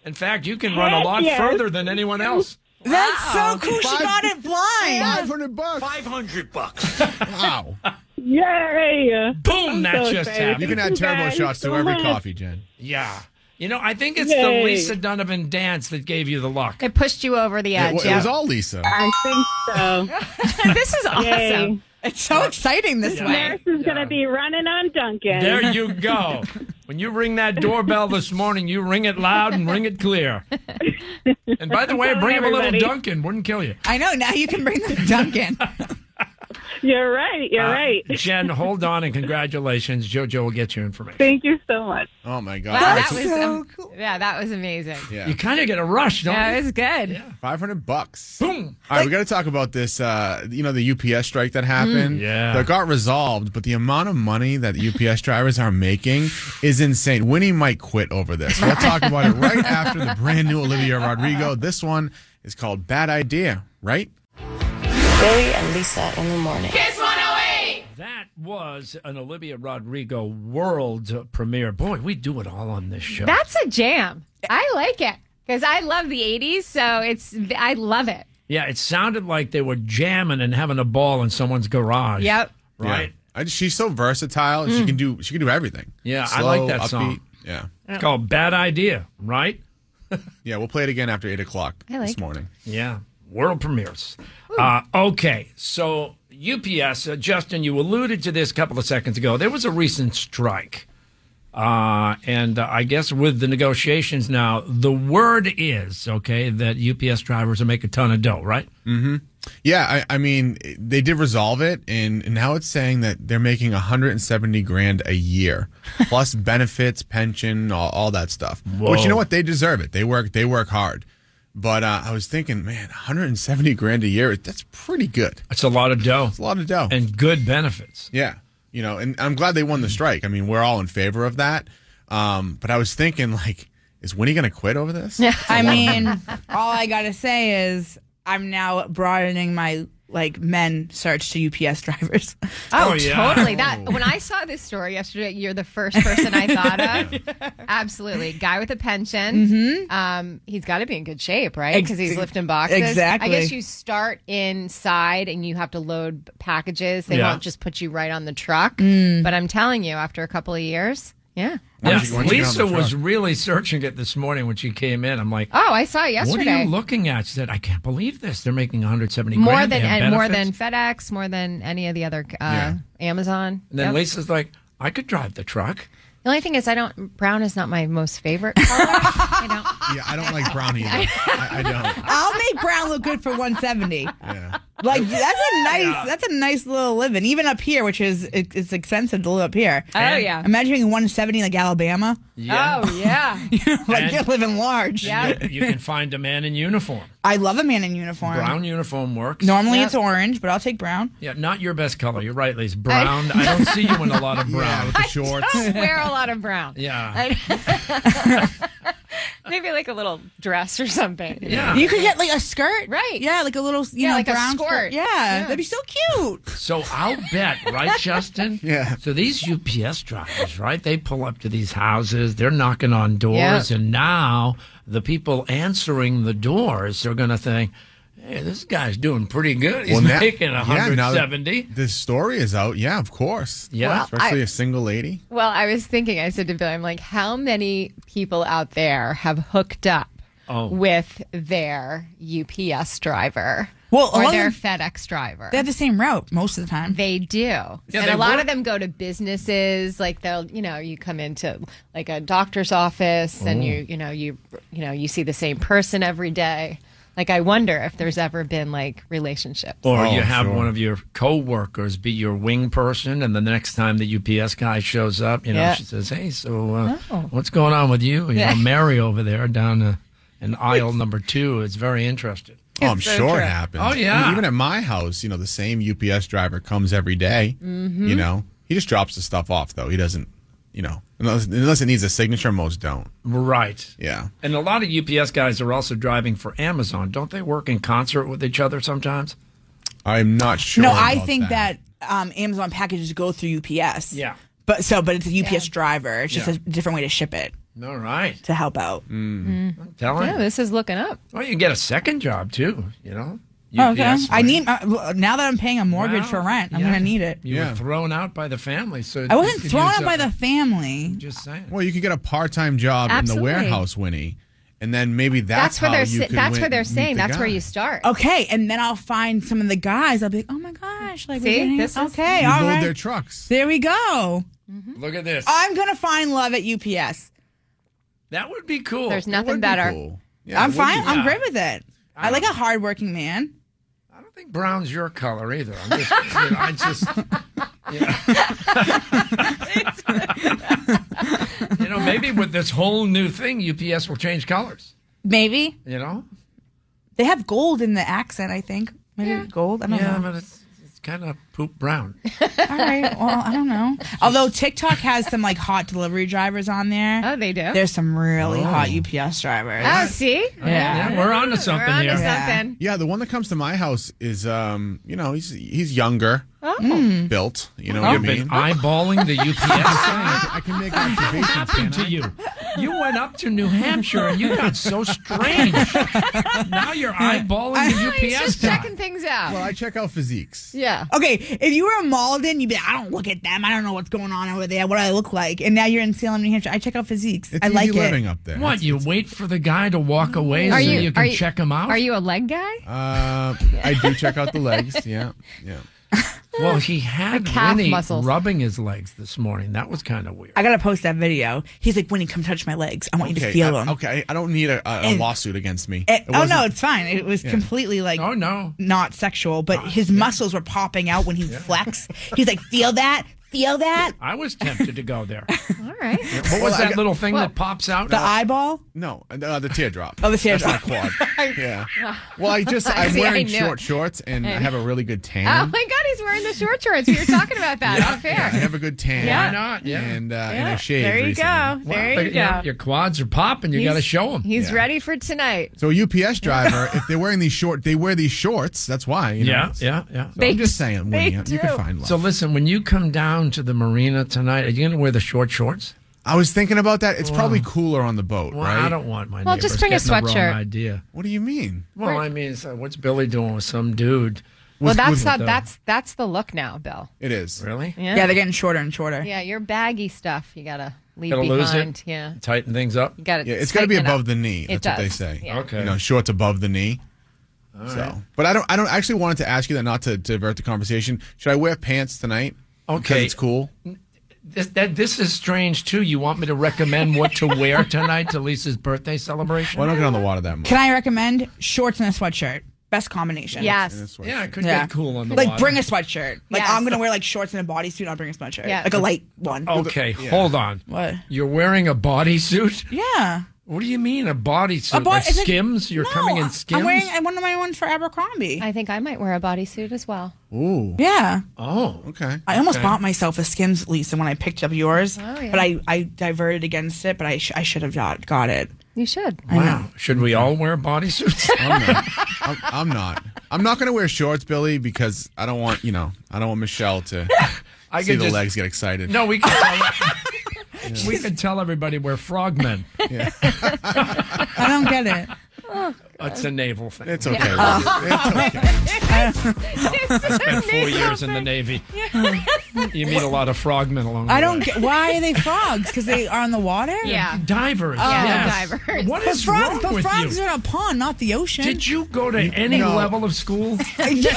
S6: In fact, you can run a
S10: Heck
S6: lot
S10: yes.
S6: further than anyone else.
S8: That's
S10: Wow.
S8: so cool. she
S10: Five-
S8: got it blind.
S2: 500 bucks.
S11: 500 bucks.
S2: Wow.
S10: Yay!
S6: Boom!
S10: I'm
S6: that
S10: so
S6: just
S10: excited.
S6: happened.
S2: You can add
S10: Thank you
S2: turbo
S10: guys
S2: shots to
S10: so
S2: every
S10: much.
S2: coffee, Jen.
S6: Yeah. You know, I think it's the
S10: Yay.
S6: Lisa Donovan dance that gave you the luck.
S7: It pushed you over the
S2: It,
S7: edge.
S2: wa- it was all Lisa.
S10: I think so.
S7: this is awesome.
S10: Yay.
S8: It's so exciting this way.
S10: Nurse is gonna be running on Duncan.
S6: There you go. When you ring that doorbell this morning, you ring it loud and ring it clear. And by the way,
S10: Tell
S6: bring up a little
S10: everybody.
S6: Duncan. Wouldn't kill you.
S8: I know. Now you can bring the Duncan.
S10: You're right. You're
S6: Uh,
S10: right.
S6: Jen, hold on and congratulations. JoJo will get your information.
S10: Thank you so much.
S2: Oh my God.
S7: Wow, that
S2: That's-
S7: was um, yeah, that was amazing.
S2: yeah.
S6: You kind of get a rush, don't
S7: Yeah,
S6: you?
S7: it was good. Yeah.
S2: 500 bucks.
S6: Boom.
S2: All right, we got to talk about this. Uh, you know, the UPS strike
S7: Mm.
S2: that happened.
S6: Yeah.
S2: That got resolved, but the amount of money that the UPS drivers are making is insane. Winnie might quit over this. We'll talk about it right after the brand new Olivia Rodrigo. This one is called Bad Idea, right?
S12: Billy and Lisa in the morning.
S6: oh That was an Olivia Rodrigo world premiere. Boy, we do it all on this show.
S7: That's a jam. I like it because I love the '80s, so it's I love it.
S6: yeah, it sounded like they were jamming and having a ball in someone's garage.
S7: Yep.
S6: Right.
S2: Yeah. I, she's so versatile. She can do she can do everything.
S6: Hmm. Yeah, I
S2: Slow,
S6: like that
S2: upbeat.
S6: song.
S2: Yeah.
S6: It's called Bad Idea, right?
S2: Yeah, we'll play it again after eight o'clock
S7: I like
S2: this
S7: it.
S2: morning.
S6: Yeah, world premieres. Uh, okay, so UPS, uh, Justin, you alluded to this a couple of seconds ago. There was a recent strike. Uh, and uh, I guess with the negotiations now, the word is, okay, that UPS drivers will make a ton of dough, right?
S2: Mm-hmm. Yeah, I, I mean, they did resolve it, and, and now it's saying that they're making 170 grand a year, plus benefits, pension, all, all that stuff.
S6: Whoa.
S2: Which you know what, they deserve it. They work, they work hard. But uh, I was thinking, man, 170 grand a year, that's pretty good.
S6: It's a lot of dough
S2: It's a lot of dough.
S6: and good benefits. Hmm.
S2: Yeah. You know, and I'm glad they won the strike. I mean, we're all in favor of that. Um, but I was thinking, like, is Winnie going to quit over this?
S8: I mean, all I gotta say is I'm now broadening my like men search to UPS drivers.
S7: Oh, totally. That when I saw this story yesterday, you're the first person I thought of. Absolutely, guy with a pension.
S6: Mm-hmm.
S7: Um, he's got to be in good shape, right?
S8: Ex-
S7: Because he's lifting boxes.
S8: exactly.
S7: I guess you start inside and you have to load packages. They
S6: Yeah.
S7: won't just put you right on the truck.
S6: Mm.
S7: But I'm telling you, after a couple of years, yeah.
S6: Yeah,
S2: you- once you get on
S6: Lisa
S2: the
S6: was
S2: truck.
S6: really searching it this morning when she came in. I'm like,
S7: Oh, I saw it
S6: what
S7: yesterday.
S6: are you looking at? She said, I can't believe this. They're making 170
S7: more
S6: grand. They
S7: than
S6: have
S7: and more
S6: benefits."
S7: than FedEx, more than any of the other uh,
S6: Yeah.
S7: Amazon.
S6: And then
S7: Yep.
S6: Lisa's like, I could drive the truck.
S7: The only thing is, I don't. Brown is not my most favorite color.
S2: Yeah, I don't like brownie. either. I, I don't.
S7: Um,
S8: I'll make brown look good for 170. Like that's a nice that's a nice little living. Even up here, which is it, it's expensive to live up here.
S7: Oh, And- yeah.
S8: Imagining 170 like Alabama.
S6: Yeah.
S7: Oh yeah,
S8: like
S6: And-
S8: you're living large.
S6: you can find a man in uniform.
S8: I love a man in uniform.
S6: Brown uniform works.
S8: Normally it's orange, but I'll take brown.
S6: Yeah, not your best color. You're right, Lisa. Brown. I, don't see you in a lot of brown. with the shorts.
S7: I wear a lot of brown.
S6: Yeah.
S7: Maybe like a little dress or something.
S6: Yeah.
S8: You could get like a skirt,
S7: right?
S8: Yeah, like a little, you
S7: Yeah,
S8: know,
S7: like a
S8: brown
S7: skirt.
S8: Yeah,
S7: Yeah.
S8: that'd be so cute.
S6: So I'll bet, right, Justin?
S2: Yeah.
S6: So these UPS drivers, right? They pull up to these houses, they're knocking on doors,
S9: Yeah.
S6: and now the people answering the doors are going to think, hey, this guy's doing pretty good. He's
S2: Well, now-
S6: making
S2: yeah, now that
S6: 170.
S2: This story is out. Yeah, of course.
S6: Yeah. Well,
S2: especially
S7: I-
S2: a single lady.
S7: Well, I was thinking. I said to Bill, I'm like, how many people out there have hooked up
S8: Oh.
S7: with their UPS driver?
S8: Well, a lot
S7: or
S8: of
S7: their
S8: them-
S7: FedEx driver.
S8: They have the same route most of the time.
S7: They do.
S8: Yeah,
S7: and
S8: they
S7: a lot
S8: work-
S7: of them go to businesses, like they'll, you know, you come into like a doctor's office and
S8: Ooh.
S7: you, you know, you, you know, you see the same person every day. Like, I wonder if there's ever been like relationships.
S6: Or
S9: Oh,
S6: you have
S9: sure.
S6: one of your coworkers be your wing person, and the next time the UPS guy shows up, you know,
S9: Yeah.
S6: she says, "Hey, so uh,
S9: Oh.
S6: what's going on with you? You
S9: Yeah.
S6: know, Mary over there down uh, in aisle number two is very interested."
S2: Oh, I'm sure it happens.
S6: Oh yeah,
S2: I mean, even at my house, you know, the same UPS driver comes every day,
S6: Mhm.
S7: Mm-hmm.
S2: You know, he just drops the stuff off though. He doesn't, you know, unless, unless it needs a signature. Most don't.
S6: right.
S2: Yeah.
S6: And a lot of UPS guys are also driving for Amazon. Don't they work in concert with each other sometimes?
S2: I'm not sure.
S8: no, I think that, um, Amazon packages go through UPS.
S6: Yeah.
S8: But so, but it's a UPS driver. It's just
S6: Yeah.
S8: a different way to ship it
S6: All right.
S8: to help out.
S6: Mm. I'm telling
S7: Yeah,
S6: you.
S7: this is looking up.
S6: Well, you can get a second job too. You know,
S8: Oh, okay.
S6: UPS
S8: I need uh, well, now that I'm paying a mortgage for rent, I'm
S6: yeah.
S8: gonna need it.
S6: You were thrown out by the family, so
S8: I
S6: you
S8: wasn't
S6: could
S8: thrown
S6: use
S8: out by
S6: that-
S8: the family.
S6: Just saying.
S2: Well, you could get a part-time job
S7: Absolutely.
S2: in the warehouse, Winnie, and then maybe that's,
S7: That's, where
S2: how
S7: they're.
S2: you
S7: sa-
S2: could
S7: That's
S2: win-
S7: where they're
S2: meet
S7: saying.
S2: the
S7: That's where
S2: guy.
S7: you start.
S8: Okay, and then I'll find some of the guys. I'll be like, oh my gosh, like
S7: See,
S8: we're getting-
S7: this is-
S8: okay,
S2: You
S8: all
S2: load
S8: right. Mm-hmm.
S2: their trucks.
S8: There we go.
S6: Look at this.
S8: I'm gonna find love at UPS.
S6: That would be cool.
S8: Thereuld be cool. I'm fine. I'm great with it. I like a hardworking man.
S6: I think brown's your color either. I'm just, you know, I just, you know. you know, maybe with this whole new thing, UPS will change colors.
S8: Maybe
S6: You know,
S8: they have gold in the accent. I think maybe gold. I don't
S6: yeah,
S8: know.
S6: but it's it's kind of poop brown.
S8: All right. Well, I don't know. Although TikTok has some like hot delivery drivers on there. Oh,
S7: they do.
S8: There's some really
S2: Oh.
S8: hot UPS drivers.
S7: Oh, see?
S2: Yeah.
S6: we're onto something
S7: We're onto
S6: here.
S7: something.
S2: Yeah, the one that comes to my house is, um, you know, he's he's younger,
S7: Oh.
S8: Hmm.
S2: built. You know
S6: You've
S2: what I mean?
S6: been eyeballing the UPS thing.
S2: I can make observations.
S6: happened to you? You went up to New Hampshire and you got so strange. now you're eyeballing
S7: Oh,
S8: I-
S6: the
S8: it's
S6: UPS
S8: just
S6: guy.
S8: checking
S7: things out.
S2: Well, I check out physiques.
S7: Yeah.
S8: Okay. If you were a Malden, you'd be like, I don't look at them. I don't know what's going on over there. What do I look like? And now you're in Salem, New Hampshire. I check out physiques. I like it.
S6: What you wait for the guy to walk away so you, can check him out?
S7: Are you a leg guy?
S2: Uh, I do check out the legs. Yeah, yeah.
S6: well, he had
S8: The calf
S6: Winnie
S8: muscles.
S6: rubbing his legs this morning. That was kind of weird.
S8: I gotta post that video. He's like, Winnie, come touch my legs. I want you to
S2: Okay,
S8: feel
S2: I-
S8: them.
S2: Okay, I don't need a, a, a
S8: And-
S2: lawsuit against me.
S8: Eh,
S2: It
S8: oh no,
S2: wasn't-
S8: it's fine. It was
S2: Yeah.
S8: completely like
S6: oh no, Ah,
S8: not sexual, but his muscles were popping out when he flexed. He's like, feel that, feel that.
S6: I was tempted to go there.
S7: All right.
S6: What was
S2: Well, I
S6: that
S2: got-
S6: little thing
S2: What?
S6: that pops out?
S8: The eyeball?
S2: No, uh, the teardrop.
S8: Oh, the teardrop.
S2: That's my quad. yeah. Well, I just I'm
S7: See, I
S2: wearing
S7: knew it.
S2: short shorts and I
S7: And-
S2: have a really good tan.
S7: Oh my god, he's wearing the short shorts. We were talking about that. on fair.
S2: I have a good tan.
S7: Yeah. Why
S6: not? Yeah.
S2: And, uh,
S7: Yeah.
S2: and I shaved
S7: There you
S2: recently.
S7: go. There
S6: Well,
S7: you
S6: your-
S7: go.
S6: Your quads are popping. You
S7: He's-
S6: got to show them.
S7: He's ready for tonight.
S2: So a UPS driver, if they're wearing these short, they wear these shorts. That's why. You know?
S6: Yeah, yeah, yeah.
S2: So I'm just saying, Winnie, you, you can find love.
S6: So listen, when you come down to the marina tonight, are you going to wear the short shorts? I was thinking about that.
S2: It's probably cooler on the boat,
S6: Well,
S2: right?
S6: I don't want my.
S7: Well,
S6: neighbors
S7: just bring a
S6: getting the wrong
S7: sweatshirt.
S6: idea.
S2: What do you mean?
S6: Well, I mean, so what's Billy doing with some dude?
S7: Well, that's not that's that's the look now, Bill.
S2: It is
S6: really.
S7: Yeah.
S8: they're getting shorter and shorter.
S7: Yeah, your baggy stuff you gotta leave
S6: Gotta lose
S7: behind.
S6: it.
S7: Yeah.
S6: Tighten things up.
S7: You gotta
S2: Yeah, it's got to be
S7: tighten it
S2: above
S7: up.
S2: the knee.
S7: It
S2: That's what they
S7: does.
S2: say.
S7: Yeah.
S2: You know, shorts above the knee. so,
S6: right.
S2: but I don't. I don't I actually wanted to ask you that, not to, to divert the conversation. Should I wear pants tonight? Because
S6: Okay.
S2: it's cool.
S6: This, that, this is strange too. You want me to recommend what to wear tonight to Lisa's birthday celebration?
S2: Why don't I get on the water that much?
S8: Can I recommend shorts and a sweatshirt? Best combination.
S7: Yes.
S2: And a sweatshirt.
S6: Yeah, it could get cool on the
S8: like,
S6: water.
S8: bring a sweatshirt. Like,
S7: Yes.
S8: I'm going to wear like shorts and a bodysuit. I'll bring a sweatshirt.
S7: Yeah.
S8: Like a light one.
S6: Okay, hold on. What? You're wearing a bodysuit?
S8: Yeah.
S6: What do you mean a bodysuit?
S8: A bo-
S6: like
S8: is it-
S6: skims? You're
S8: No,
S6: coming in skims?
S8: I'm wearing one of my ones for Abercrombie.
S7: I think I might wear a bodysuit as well.
S2: Ooh.
S8: Yeah.
S6: Oh.
S2: Okay.
S8: I almost
S6: Okay.
S8: bought myself a Skims Lisa when I picked up yours,
S7: Oh, yeah.
S8: but I, I diverted against it. But I sh- I should have not got it.
S7: You should.
S6: Wow. Should we all wear bodysuits?
S2: I'm not. I'm, I'm not. I'm not going to wear shorts, Billy, because I don't want you know. I don't want Michelle to
S6: I
S2: see
S6: could
S2: the
S6: just-
S2: legs get excited.
S6: No, we can tell, we can tell everybody we're frogmen.
S8: I don't get it.
S6: It's a naval thing.
S2: It's okay.
S6: Yeah. I
S8: Oh. It's
S6: spent four
S8: naval
S6: years in the Navy. You meet a lot of frogmen along the
S8: I don't
S6: way.
S8: get why are they frogs? Because they are on the water.
S6: Yeah. Divers.
S8: Oh.
S6: yes. What
S8: But
S6: is
S8: frog-
S6: wrong
S8: but
S6: with
S8: frogs
S6: you?
S8: are in a pond, not the ocean.
S6: Did you go to any
S2: No.
S6: level of school?
S2: This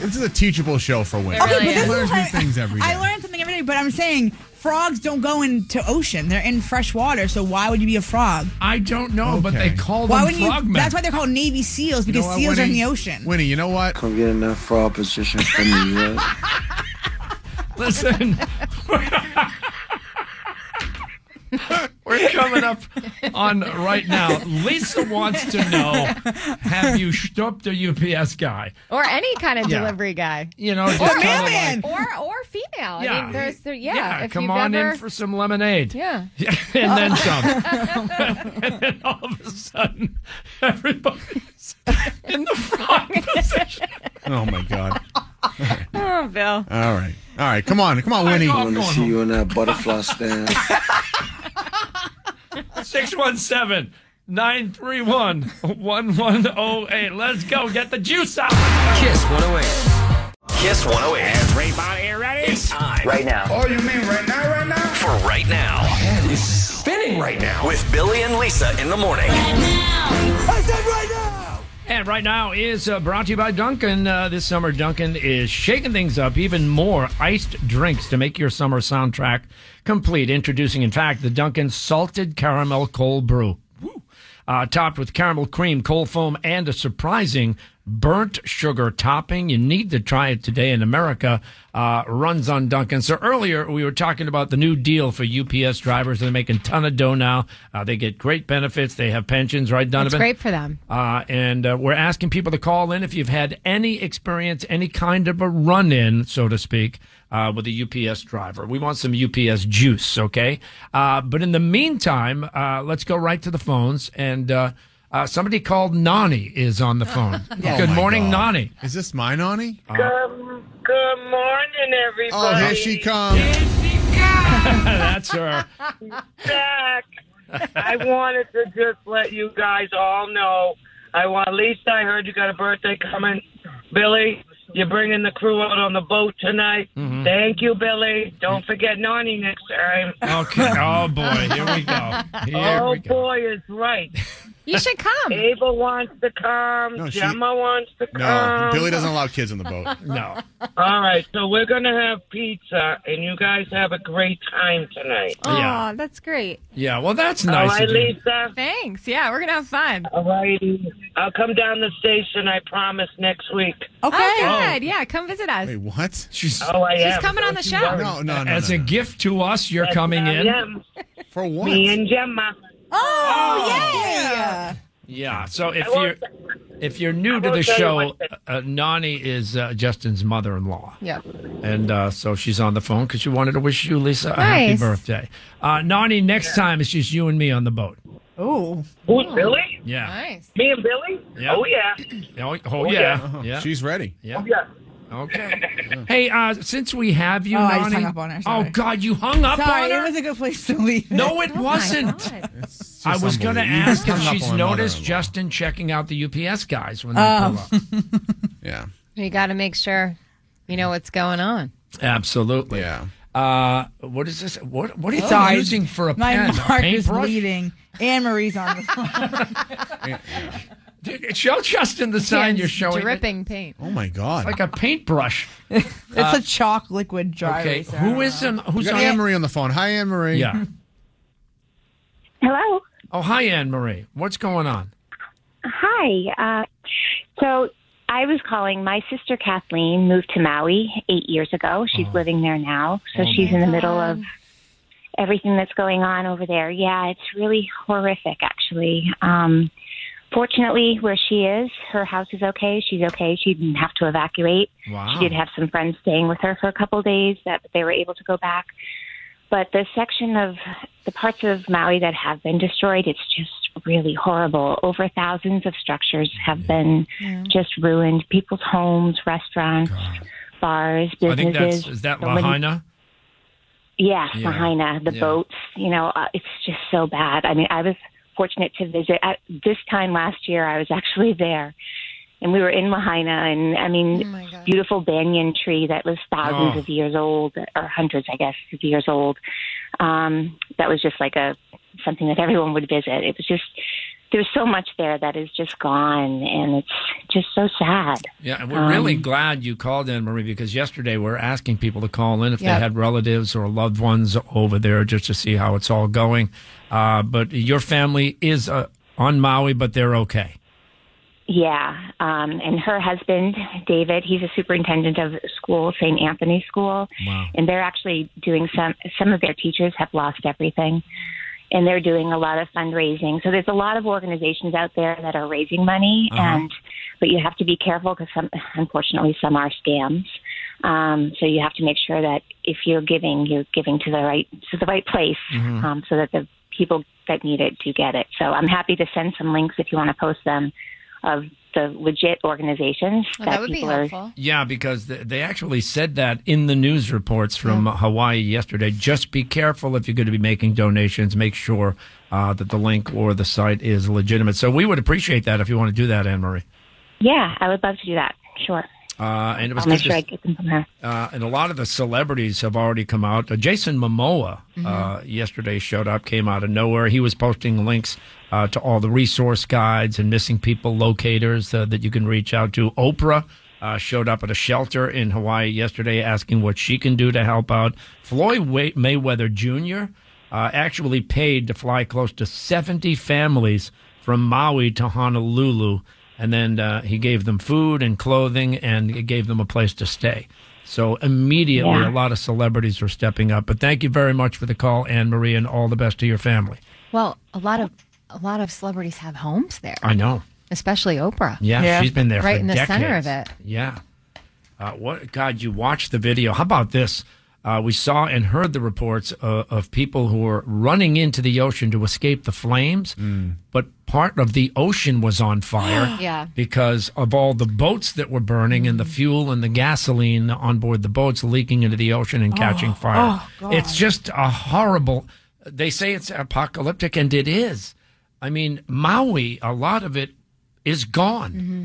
S2: is a teachable show for women.
S8: Okay, but this
S2: Learn
S8: is
S2: new
S8: why-
S2: things every day.
S8: I learned something every day, but I'm saying frogs don't go into ocean. They're in fresh water, so why would you be a frog?
S6: I don't know, but they call
S8: Why
S6: them
S8: wouldn't you?
S6: frogmen.
S8: That's why they're called Navy SEALs because
S2: what,
S8: seals are in
S2: Winnie?
S8: the ocean.
S2: Winnie, you know what?
S13: Come get in that fraud position for me, yeah?
S6: Listen. We're coming up on right now. Lisa wants to know have you stopped a UPS guy?
S7: Or any kind of
S6: Yeah.
S7: delivery guy.
S6: You know, just
S7: or
S6: kinda
S7: mailman.
S6: like-
S7: or or female. I
S6: Yeah.
S7: mean there's there, yeah, if
S6: come
S7: you've
S6: on
S7: ever,
S6: in for some lemonade.
S7: Yeah.
S6: Yeah, and then some. and then all of a sudden, everybody's in the frog position.
S2: Oh my god!
S7: Oh, Bill.
S2: All right, all right. Come on, come on, Winnie.
S13: I want to see you in that butterfly stance.
S6: 617 931 1108. Let's go. Get the juice out.
S3: Kiss 108. Kiss 108. Everybody ready? It's
S10: Uh.
S3: time. Right now.
S13: Oh, you mean right now, right now?
S3: For right now. Head is spinning right now. With Billy and Lisa in the morning.
S13: I said right now!
S6: And right now is uh, brought to you by Duncan. Uh, this summer, Duncan is shaking things up. Even more iced drinks to make your summer soundtrack complete. Introducing, in fact, the Duncan Salted Caramel Cold Brew. Woo. Uh, topped with caramel cream, cold foam, and a surprising burnt sugar topping. You need to try it today in America. Uh, runs on Duncan. So earlier we were talking about the new deal for UPS drivers. They're making ton of dough now. Uh, they get great benefits. They have pensions, right, Donovan?
S7: It's great for them.
S6: Uh, and uh, we're asking people to call in if you've had any experience, any kind of a run in, so to speak, uh, with a UPS driver. We want some UPS juice, okay? Uh, but in the meantime, uh, let's go right to the phones. And uh, uh, somebody called Nani is on the phone.
S2: Oh
S6: Good
S2: my
S6: morning,
S2: God.
S6: Nani.
S2: Is this my Nani?
S6: Uh.
S10: Good, good morning,
S2: oh,
S10: everybody.
S2: here she comes.
S6: That's her.
S10: Zach, I wanted to just let you guys all know. I want Lisa. I heard you got a birthday coming. Billy, you're bringing the crew out on the boat tonight.
S6: Mhm.
S10: Thank you, Billy. Don't forget Nani next time.
S6: Okay. Oh, boy. Here we go. Here
S10: oh
S6: we go.
S10: boy, is right.
S7: You should come.
S10: Abel wants to come.
S2: No, she-
S10: Gemma wants to come.
S2: No, Billy doesn't allow kids on the boat.
S6: No.
S10: All right, so we're gonna have pizza, and you guys have a great time tonight.
S7: Oh,
S6: Yeah.
S7: that's great.
S6: Yeah. Well, that's nice.
S10: All right,
S6: of you.
S10: Lisa.
S7: Thanks. Yeah, we're gonna have fun.
S10: All righty. I'll come down the station. I promise next week.
S7: Okay.
S6: Oh.
S7: Oh, good. Yeah, come visit us.
S2: Wait, what?
S6: She's,
S10: Oh, I
S7: She's
S10: am.
S7: coming on the
S10: Don't you
S7: show.
S10: worry.
S2: No, no, no.
S6: as
S2: no.
S6: a gift to us, you're
S10: Yes,
S6: coming
S10: I
S6: in.
S10: am.
S2: For what?
S10: Me and Gemma.
S8: Oh, yeah.
S6: Yeah. So if
S10: I
S6: you're.
S10: won't,
S6: If you're new to
S4: will
S6: the
S4: tell you
S6: show,
S4: one
S6: uh, Nani is uh, Justin's mother-in-law.
S7: Yep.
S6: And uh, so she's on the phone because she wanted to wish you, Lisa, a happy
S7: Nice.
S6: birthday. Uh, Nani, next time it's just you and me on the boat.
S8: Oh.
S10: Who's Billy?
S6: Yeah.
S7: Nice.
S10: Me and Billy?
S6: Yeah.
S10: Oh, yeah.
S6: Oh,
S10: Oh,
S6: yeah.
S10: yeah.
S6: yeah.
S2: She's ready.
S6: Yeah.
S10: Yeah.
S6: Okay. Hey, uh, since we have you,
S8: Oh, I
S6: Nani,
S8: just hung up on her,
S6: oh
S8: sorry.
S6: God, you hung up
S8: Sorry,
S6: on her.
S8: it was a good place to leave.
S6: No, it
S8: Oh my
S6: wasn't.
S8: God.
S6: I was going to
S2: unbelievable. You
S6: ask
S2: hung
S6: if
S2: up
S6: she's
S2: on my
S6: noticed Justin checking out the UPS guys when they
S16: Oh.
S6: pull up.
S2: yeah.
S16: You got to make sure you know what's going on.
S6: Absolutely. Yeah. Uh, what is this? What What are you
S8: Sorry.
S6: using for a
S8: My
S6: pen?
S8: mark
S6: a
S8: is
S6: paintbrush?
S8: bleeding. Anne Marie's on the phone.
S6: Dude, Show Justin the sign you're showing.
S16: dripping paint.
S2: Oh my God!
S6: It's like a paintbrush.
S8: It's a chalk liquid dry
S2: Okay,
S8: erase.
S2: who
S6: Uh, is on?
S2: We
S6: Who's
S2: got
S6: on?
S2: Anne Marie on the phone. Hi, Anne Marie.
S6: Yeah.
S14: Hello.
S6: Oh, hi, Anne Marie. What's going on?
S14: Hi. Uh, so I was calling. My sister Kathleen moved to Maui eight years ago. She's living there now. So
S15: Oh,
S14: she's
S15: my
S14: in the middle of everything that's going on over there. Yeah, it's really horrific, actually. Um, fortunately, where she is, her house is okay. She's okay. She didn't have to evacuate.
S17: Wow.
S14: She did have some friends staying with her for a couple of days that they were able to go back. But the section of the parts of Maui that have been destroyed, it's just really horrible. Over thousands of structures have been just ruined. People's homes, restaurants, bars,
S6: I think
S14: businesses.
S6: that's is that
S14: So many-
S6: Lahaina?
S14: yeah,
S6: Yeah.
S14: Lahaina, the
S6: Yeah.
S14: boats. You know, uh, it's just so bad. I mean, I was fortunate to visit at this time last year. I was actually there, and we were in Lahaina, and I mean, beautiful banyan tree that was thousands
S24: Oh.
S14: of years old, or hundreds, I guess, of years old. Um, that was just like a something that everyone would visit. It was just there's so much there that is just gone, and it's just so sad.
S6: Yeah, and we're
S14: Um,
S6: really glad you called Anne Marie because yesterday we were asking people to call in if
S14: Yep.
S6: they had relatives or loved ones over there just to see how it's all going. Uh, but your family is uh, on Maui, but they're okay.
S14: Yeah, um, and her husband David, he's a superintendent of school, St. Anthony School,
S6: Wow.
S14: and they're actually doing some. Some of their teachers have lost everything, and they're doing a lot of fundraising. So there's a lot of organizations out there that are raising money,
S15: Uh-huh.
S14: and but you have to be careful because some, unfortunately, some are scams. Um, so you have to make sure that if you're giving, you're giving to the right to the right place,
S15: Mhm.
S14: um, so that the people that need it do get it. So I'm happy to send some links if you want to post them of the legit organizations
S16: Well,
S14: that,
S16: Oh, that would be
S14: people
S16: helpful.
S14: are.
S6: Yeah, because th- they actually said that in the news reports from uh Hawaii yesterday. Just be careful if you're going to be making donations. Make sure uh, that the link or the site is legitimate. So we would appreciate that if you want to do that, Anne Marie.
S14: Yeah, I would love to do that. Sure.
S6: Uh, and it was
S14: I'll make
S6: good
S14: sure
S6: to-
S14: I get them from her.
S6: Uh, and a lot of the celebrities have already come out. Uh, Jason Momoa uh, yesterday showed up, came out of nowhere. He was posting links uh, to all the resource guides and missing people locators uh, that you can reach out to. Oprah uh, showed up at a shelter in Hawaii yesterday, asking what she can do to help out. Floyd Wa- Mayweather Jr. Uh, actually paid to fly close to 70 families from Maui to Honolulu and then uh, he gave them food and clothing and he gave them a place to stay. So immediately,
S14: Yeah.
S6: a lot of celebrities are stepping up. But thank you very much for the call, Anne Marie, and all the best to your family.
S16: Well, a lot of a lot of celebrities have homes there,
S6: I know.
S16: especially Oprah.
S6: Yeah, she's been there
S16: right
S6: for
S16: in the center of it.
S6: decades. Yeah. Uh, what God? You watched the video. How about this? Uh, we saw and heard the reports uh, of people who were running into the ocean to escape the flames, but part of the ocean was on fire.
S16: Yeah.
S6: because of all the boats that were burning and the
S9: Hmm.
S6: fuel and the gasoline on board the boats leaking into the ocean and catching
S9: Oh,
S6: fire.
S9: oh, God.
S6: it's just a horrible. They say it's apocalyptic, and it is. I mean, Maui, a lot of it is gone.
S9: Mm-hmm.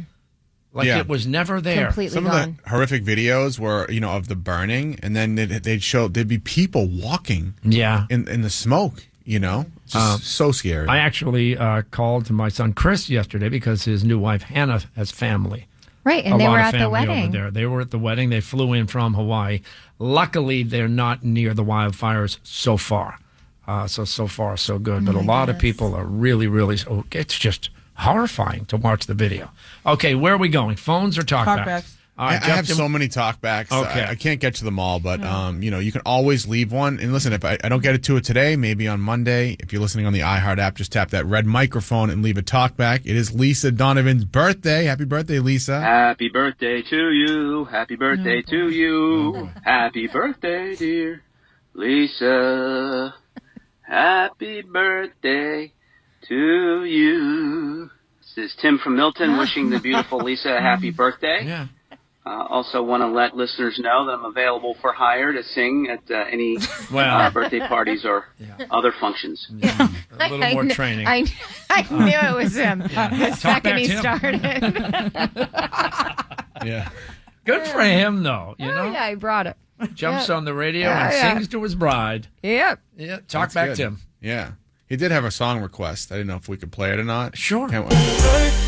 S6: Like
S2: Yeah.
S6: it was never there.
S2: Some of the horrific videos were, you know, of the burning, and then they'd, they'd show there'd be people walking,
S6: yeah,
S2: in in the smoke. You know, just
S6: Um,
S2: so scary.
S6: I actually uh, called to my son Chris yesterday because his new wife Hannah has family.
S16: Right, and
S6: A
S16: they
S6: lot
S16: were
S6: of
S16: at the
S6: family
S16: wedding.
S6: Over there. They were at the wedding. They flew in from Hawaii. Luckily, they're not near the wildfires so far. Uh, so so far so good.
S16: Oh
S6: but a lot of people are really really. Oh, it's just horrifying to watch the video. Okay, where are we going? Phones or talkbacks?
S8: Talkbacks.
S2: I,
S6: All right,
S2: I have
S6: Justin-
S2: so many talkbacks.
S6: Okay.
S2: I, I can't get to them all, but um, you know, you can always leave one. And listen, if I, I don't get it to it today, maybe on Monday. If you're listening on the iHeart app, just tap that red microphone and leave a talkback. It is Lisa Donovan's birthday. Happy birthday, Lisa!
S15: Happy birthday to you. Happy birthday to you.
S6: Oh.
S15: Happy birthday, dear Lisa. Happy birthday to you. This is Tim from Milton wishing the beautiful Lisa a happy birthday.
S6: Yeah.
S15: Uh, also, want to let listeners know that I'm available for hire to sing at uh, any
S6: Well.
S15: uh, birthday parties or other functions.
S6: A little more
S7: kn-
S6: training.
S7: I, I knew it was him
S6: Yeah.
S7: the
S6: Talk
S7: second
S6: back
S7: he
S6: to him.
S7: started.
S6: yeah. Good for him, though. You know,
S7: oh, yeah, he brought it.
S6: jumps
S7: Yeah.
S6: on the radio
S7: Yeah,
S6: and
S7: yeah.
S6: sings to his bride.
S7: Yep.
S6: Yeah. Talk back to him.
S2: Yeah, he did have a song request. I didn't know if we could play it or not.
S6: Sure.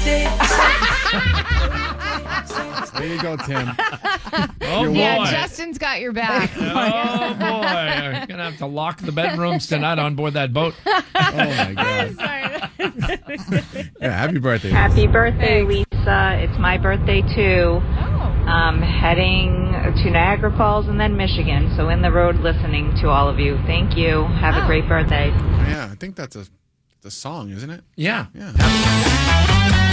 S7: Ah.
S2: there you go, Tim.
S6: Oh
S7: yeah,
S6: boy.
S7: Justin's got your back.
S6: Oh boy, I'm gonna have to lock the bedrooms tonight on board that boat. Oh
S2: my
S6: god!
S2: Yeah, happy birthday.
S17: Happy birthday, Lisa. It's my birthday too. Um, heading to Niagara Falls and then Michigan. So in the road listening to all of you. Thank you. Have a great birthday.
S2: Yeah, I think that's a the song, isn't it?
S6: Yeah.
S2: Yeah.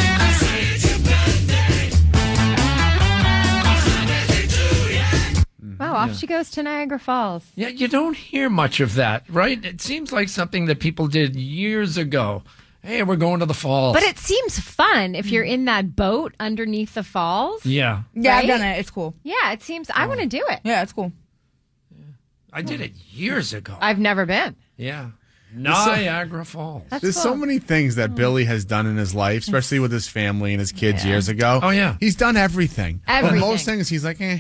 S7: Wow, off she goes to Niagara Falls.
S6: Yeah, you don't hear much of that, right? It seems like something that people did years ago. Hey, we're going to the falls.
S7: But it seems fun if you're in that boat underneath the falls.
S6: yeah,
S8: Yeah, I've
S7: Right?
S8: done it. It's cool.
S7: Yeah, it seems
S6: Oh.
S7: I want to do it.
S8: Yeah, it's cool.
S6: I did it years ago.
S7: I've never been.
S6: Yeah, Niagara Falls.
S2: There's so many things that Billy has done in his life, especially with his family and his kids
S6: Hmm. Yeah.
S2: years ago.
S6: Oh, yeah.
S2: he's done everything. But
S6: Everything.
S2: most things he's like, eh.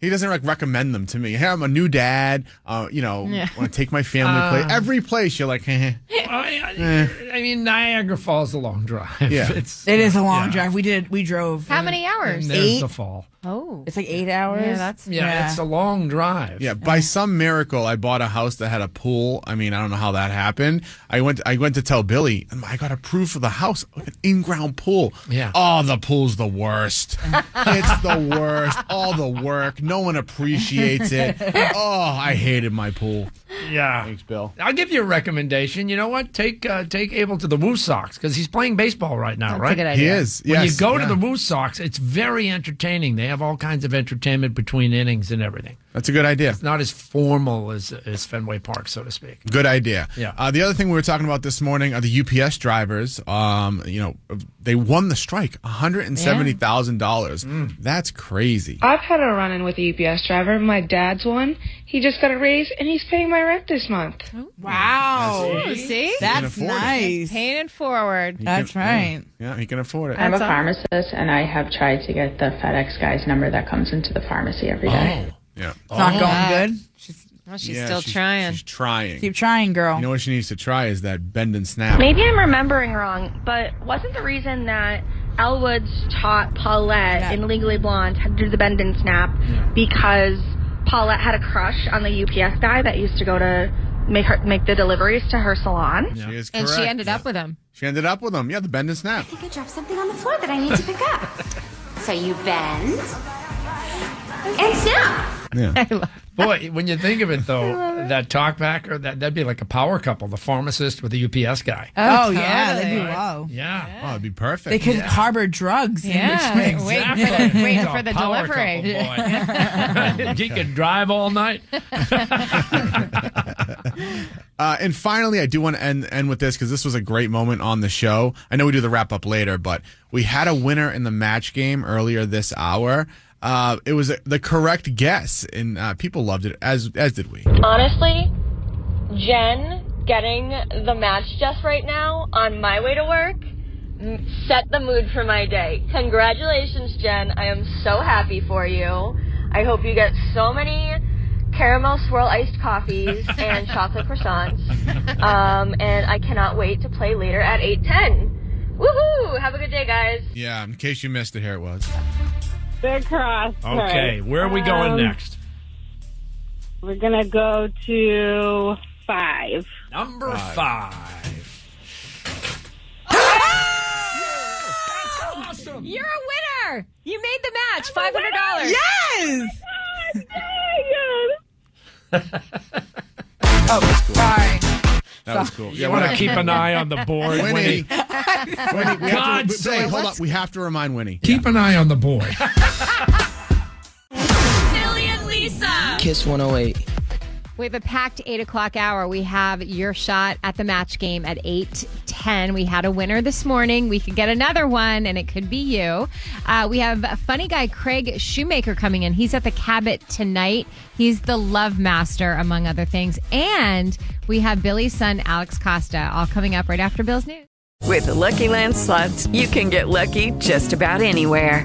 S2: He doesn't like recommend them to me. Hey, I'm a new dad. Uh, you know,
S6: Yeah.
S2: want to take my family
S6: Uh.
S2: place. Every place you're like, eh.
S6: I,
S2: eh.
S6: I mean, Niagara Falls is a long drive.
S2: Yeah.
S6: it's
S8: It is a long drive. We did. We drove. uh,
S7: How many hours?
S6: and there's
S8: Eight.
S6: the fall.
S7: Oh,
S8: it's like eight hours.
S7: Yeah, that's-
S6: Yeah, it's a long drive.
S2: Yeah, by some miracle, I bought a house that had a pool. I mean, I don't know how that happened. I went, I went to tell Billy, and I got approved for the house with an in-ground pool.
S6: Yeah.
S2: Oh, the pool's the worst. it's the worst. All the work. No one appreciates it. Oh, I hated my pool.
S6: Yeah.
S2: Thanks, Bill.
S6: I'll give you a recommendation. You know what? Take uh, take Abel to the Woo Sox because he's playing baseball right now,
S2: That's a
S6: right?
S2: good idea. He is,
S6: When
S2: yes,
S6: you go
S2: yeah.
S6: to the Woo Sox, it's very entertaining. They have all kinds of entertainment between innings and everything.
S2: That's a good idea.
S6: It's not as formal as, as Fenway Park, so to speak.
S2: Good idea.
S6: Yeah.
S2: Uh, the other thing we were talking about this morning are the UPS drivers. Um, you know, they won the strike, one hundred and seventy thousand dollars. That's crazy.
S18: I've had a run in with a UPS driver. My dad's one. He just got a raise and he's paying my rent this month.
S6: Oh.
S8: Wow.
S7: Ooh, Oh, see?
S8: That's
S18: afford it.
S8: nice.
S7: Paying it forward.
S8: That's right.
S2: Yeah, he can afford it.
S18: I'm
S17: I'm a
S18: That's all.
S17: pharmacist, and I have tried to get the FedEx guy's number that comes into the pharmacy every
S2: Oh.
S17: day.
S2: Yeah.
S17: It's not
S2: Oh.
S8: going good.
S17: She's,
S8: she's
S2: Yeah,
S8: still
S17: trying.
S2: She's trying.
S8: Keep trying, girl.
S2: You know what she needs to try is that bend and snap.
S24: Maybe I'm remembering wrong, but wasn't the reason that Elwoods taught Paulette in Legally Blonde how to do the bend and snap because Paulette had a crush on the UPS guy that used to go to make her make the deliveries to her salon?
S2: She is
S7: And
S2: correct.
S7: she ended up with him.
S2: She ended up with him. Yeah, the bend and snap.
S24: I dropped something on the floor that I need to pick up. so you bend and snap.
S6: Boy, when you think of it, though, that talkbacker, that, that'd be like a power couple, the pharmacist with the UPS guy.
S8: Oh, yeah, that'd be wow.
S6: Yeah.
S2: Oh, it'd be perfect.
S8: They could
S6: Yeah.
S8: harbor drugs.
S6: Yeah,
S8: in between.
S6: wait for the- wait
S8: Yeah.
S6: for the Power delivery. he could drive all night.
S2: Uh, and finally, I do want to end end with this because this was a great moment on the show. I know we do the wrap up later, but we had a winner in the match game earlier this hour. Uh, it was the correct guess, and uh, people loved it as as did we.
S24: Honestly, Jen getting the match just right now on my way to work m- set the mood for my day. Congratulations, Jen. I am so happy for you. I hope you get so many caramel swirl iced coffees and chocolate croissants. Um, and I cannot wait to play later at 8:10. Woohoo! Have a good day, guys.
S2: Yeah, in case you missed it, here it was.
S25: Big cross.
S6: Okay, where are we going
S25: Um,
S6: next?
S25: We're gonna go to five.
S6: Number five.
S7: You're a
S5: winner. You made the match. Five hundred dollars.
S12: Yes.
S2: That was cool.
S6: You want to keep an eye on the board,
S2: Winnie.
S6: Winnie.
S2: Winnie, we have
S6: God's
S2: to, Billy,
S6: sake.
S2: hold up. We have to remind Winnie.
S6: Keep an eye on the board.
S5: Billy and Lisa.
S10: Kiss 108.
S7: We have a packed eight o'clock hour. We have your shot at the match game at eight ten. We had a winner this morning. We could get another one, and it could be you. Uh, we have a funny guy, Craig Shoemaker, coming in. He's at the Cabot tonight. He's the love master, among other things. And we have Billy's son, Alex Costa, all coming up right after Bill's news.
S26: With the Lucky Land slots, you can get lucky just about anywhere.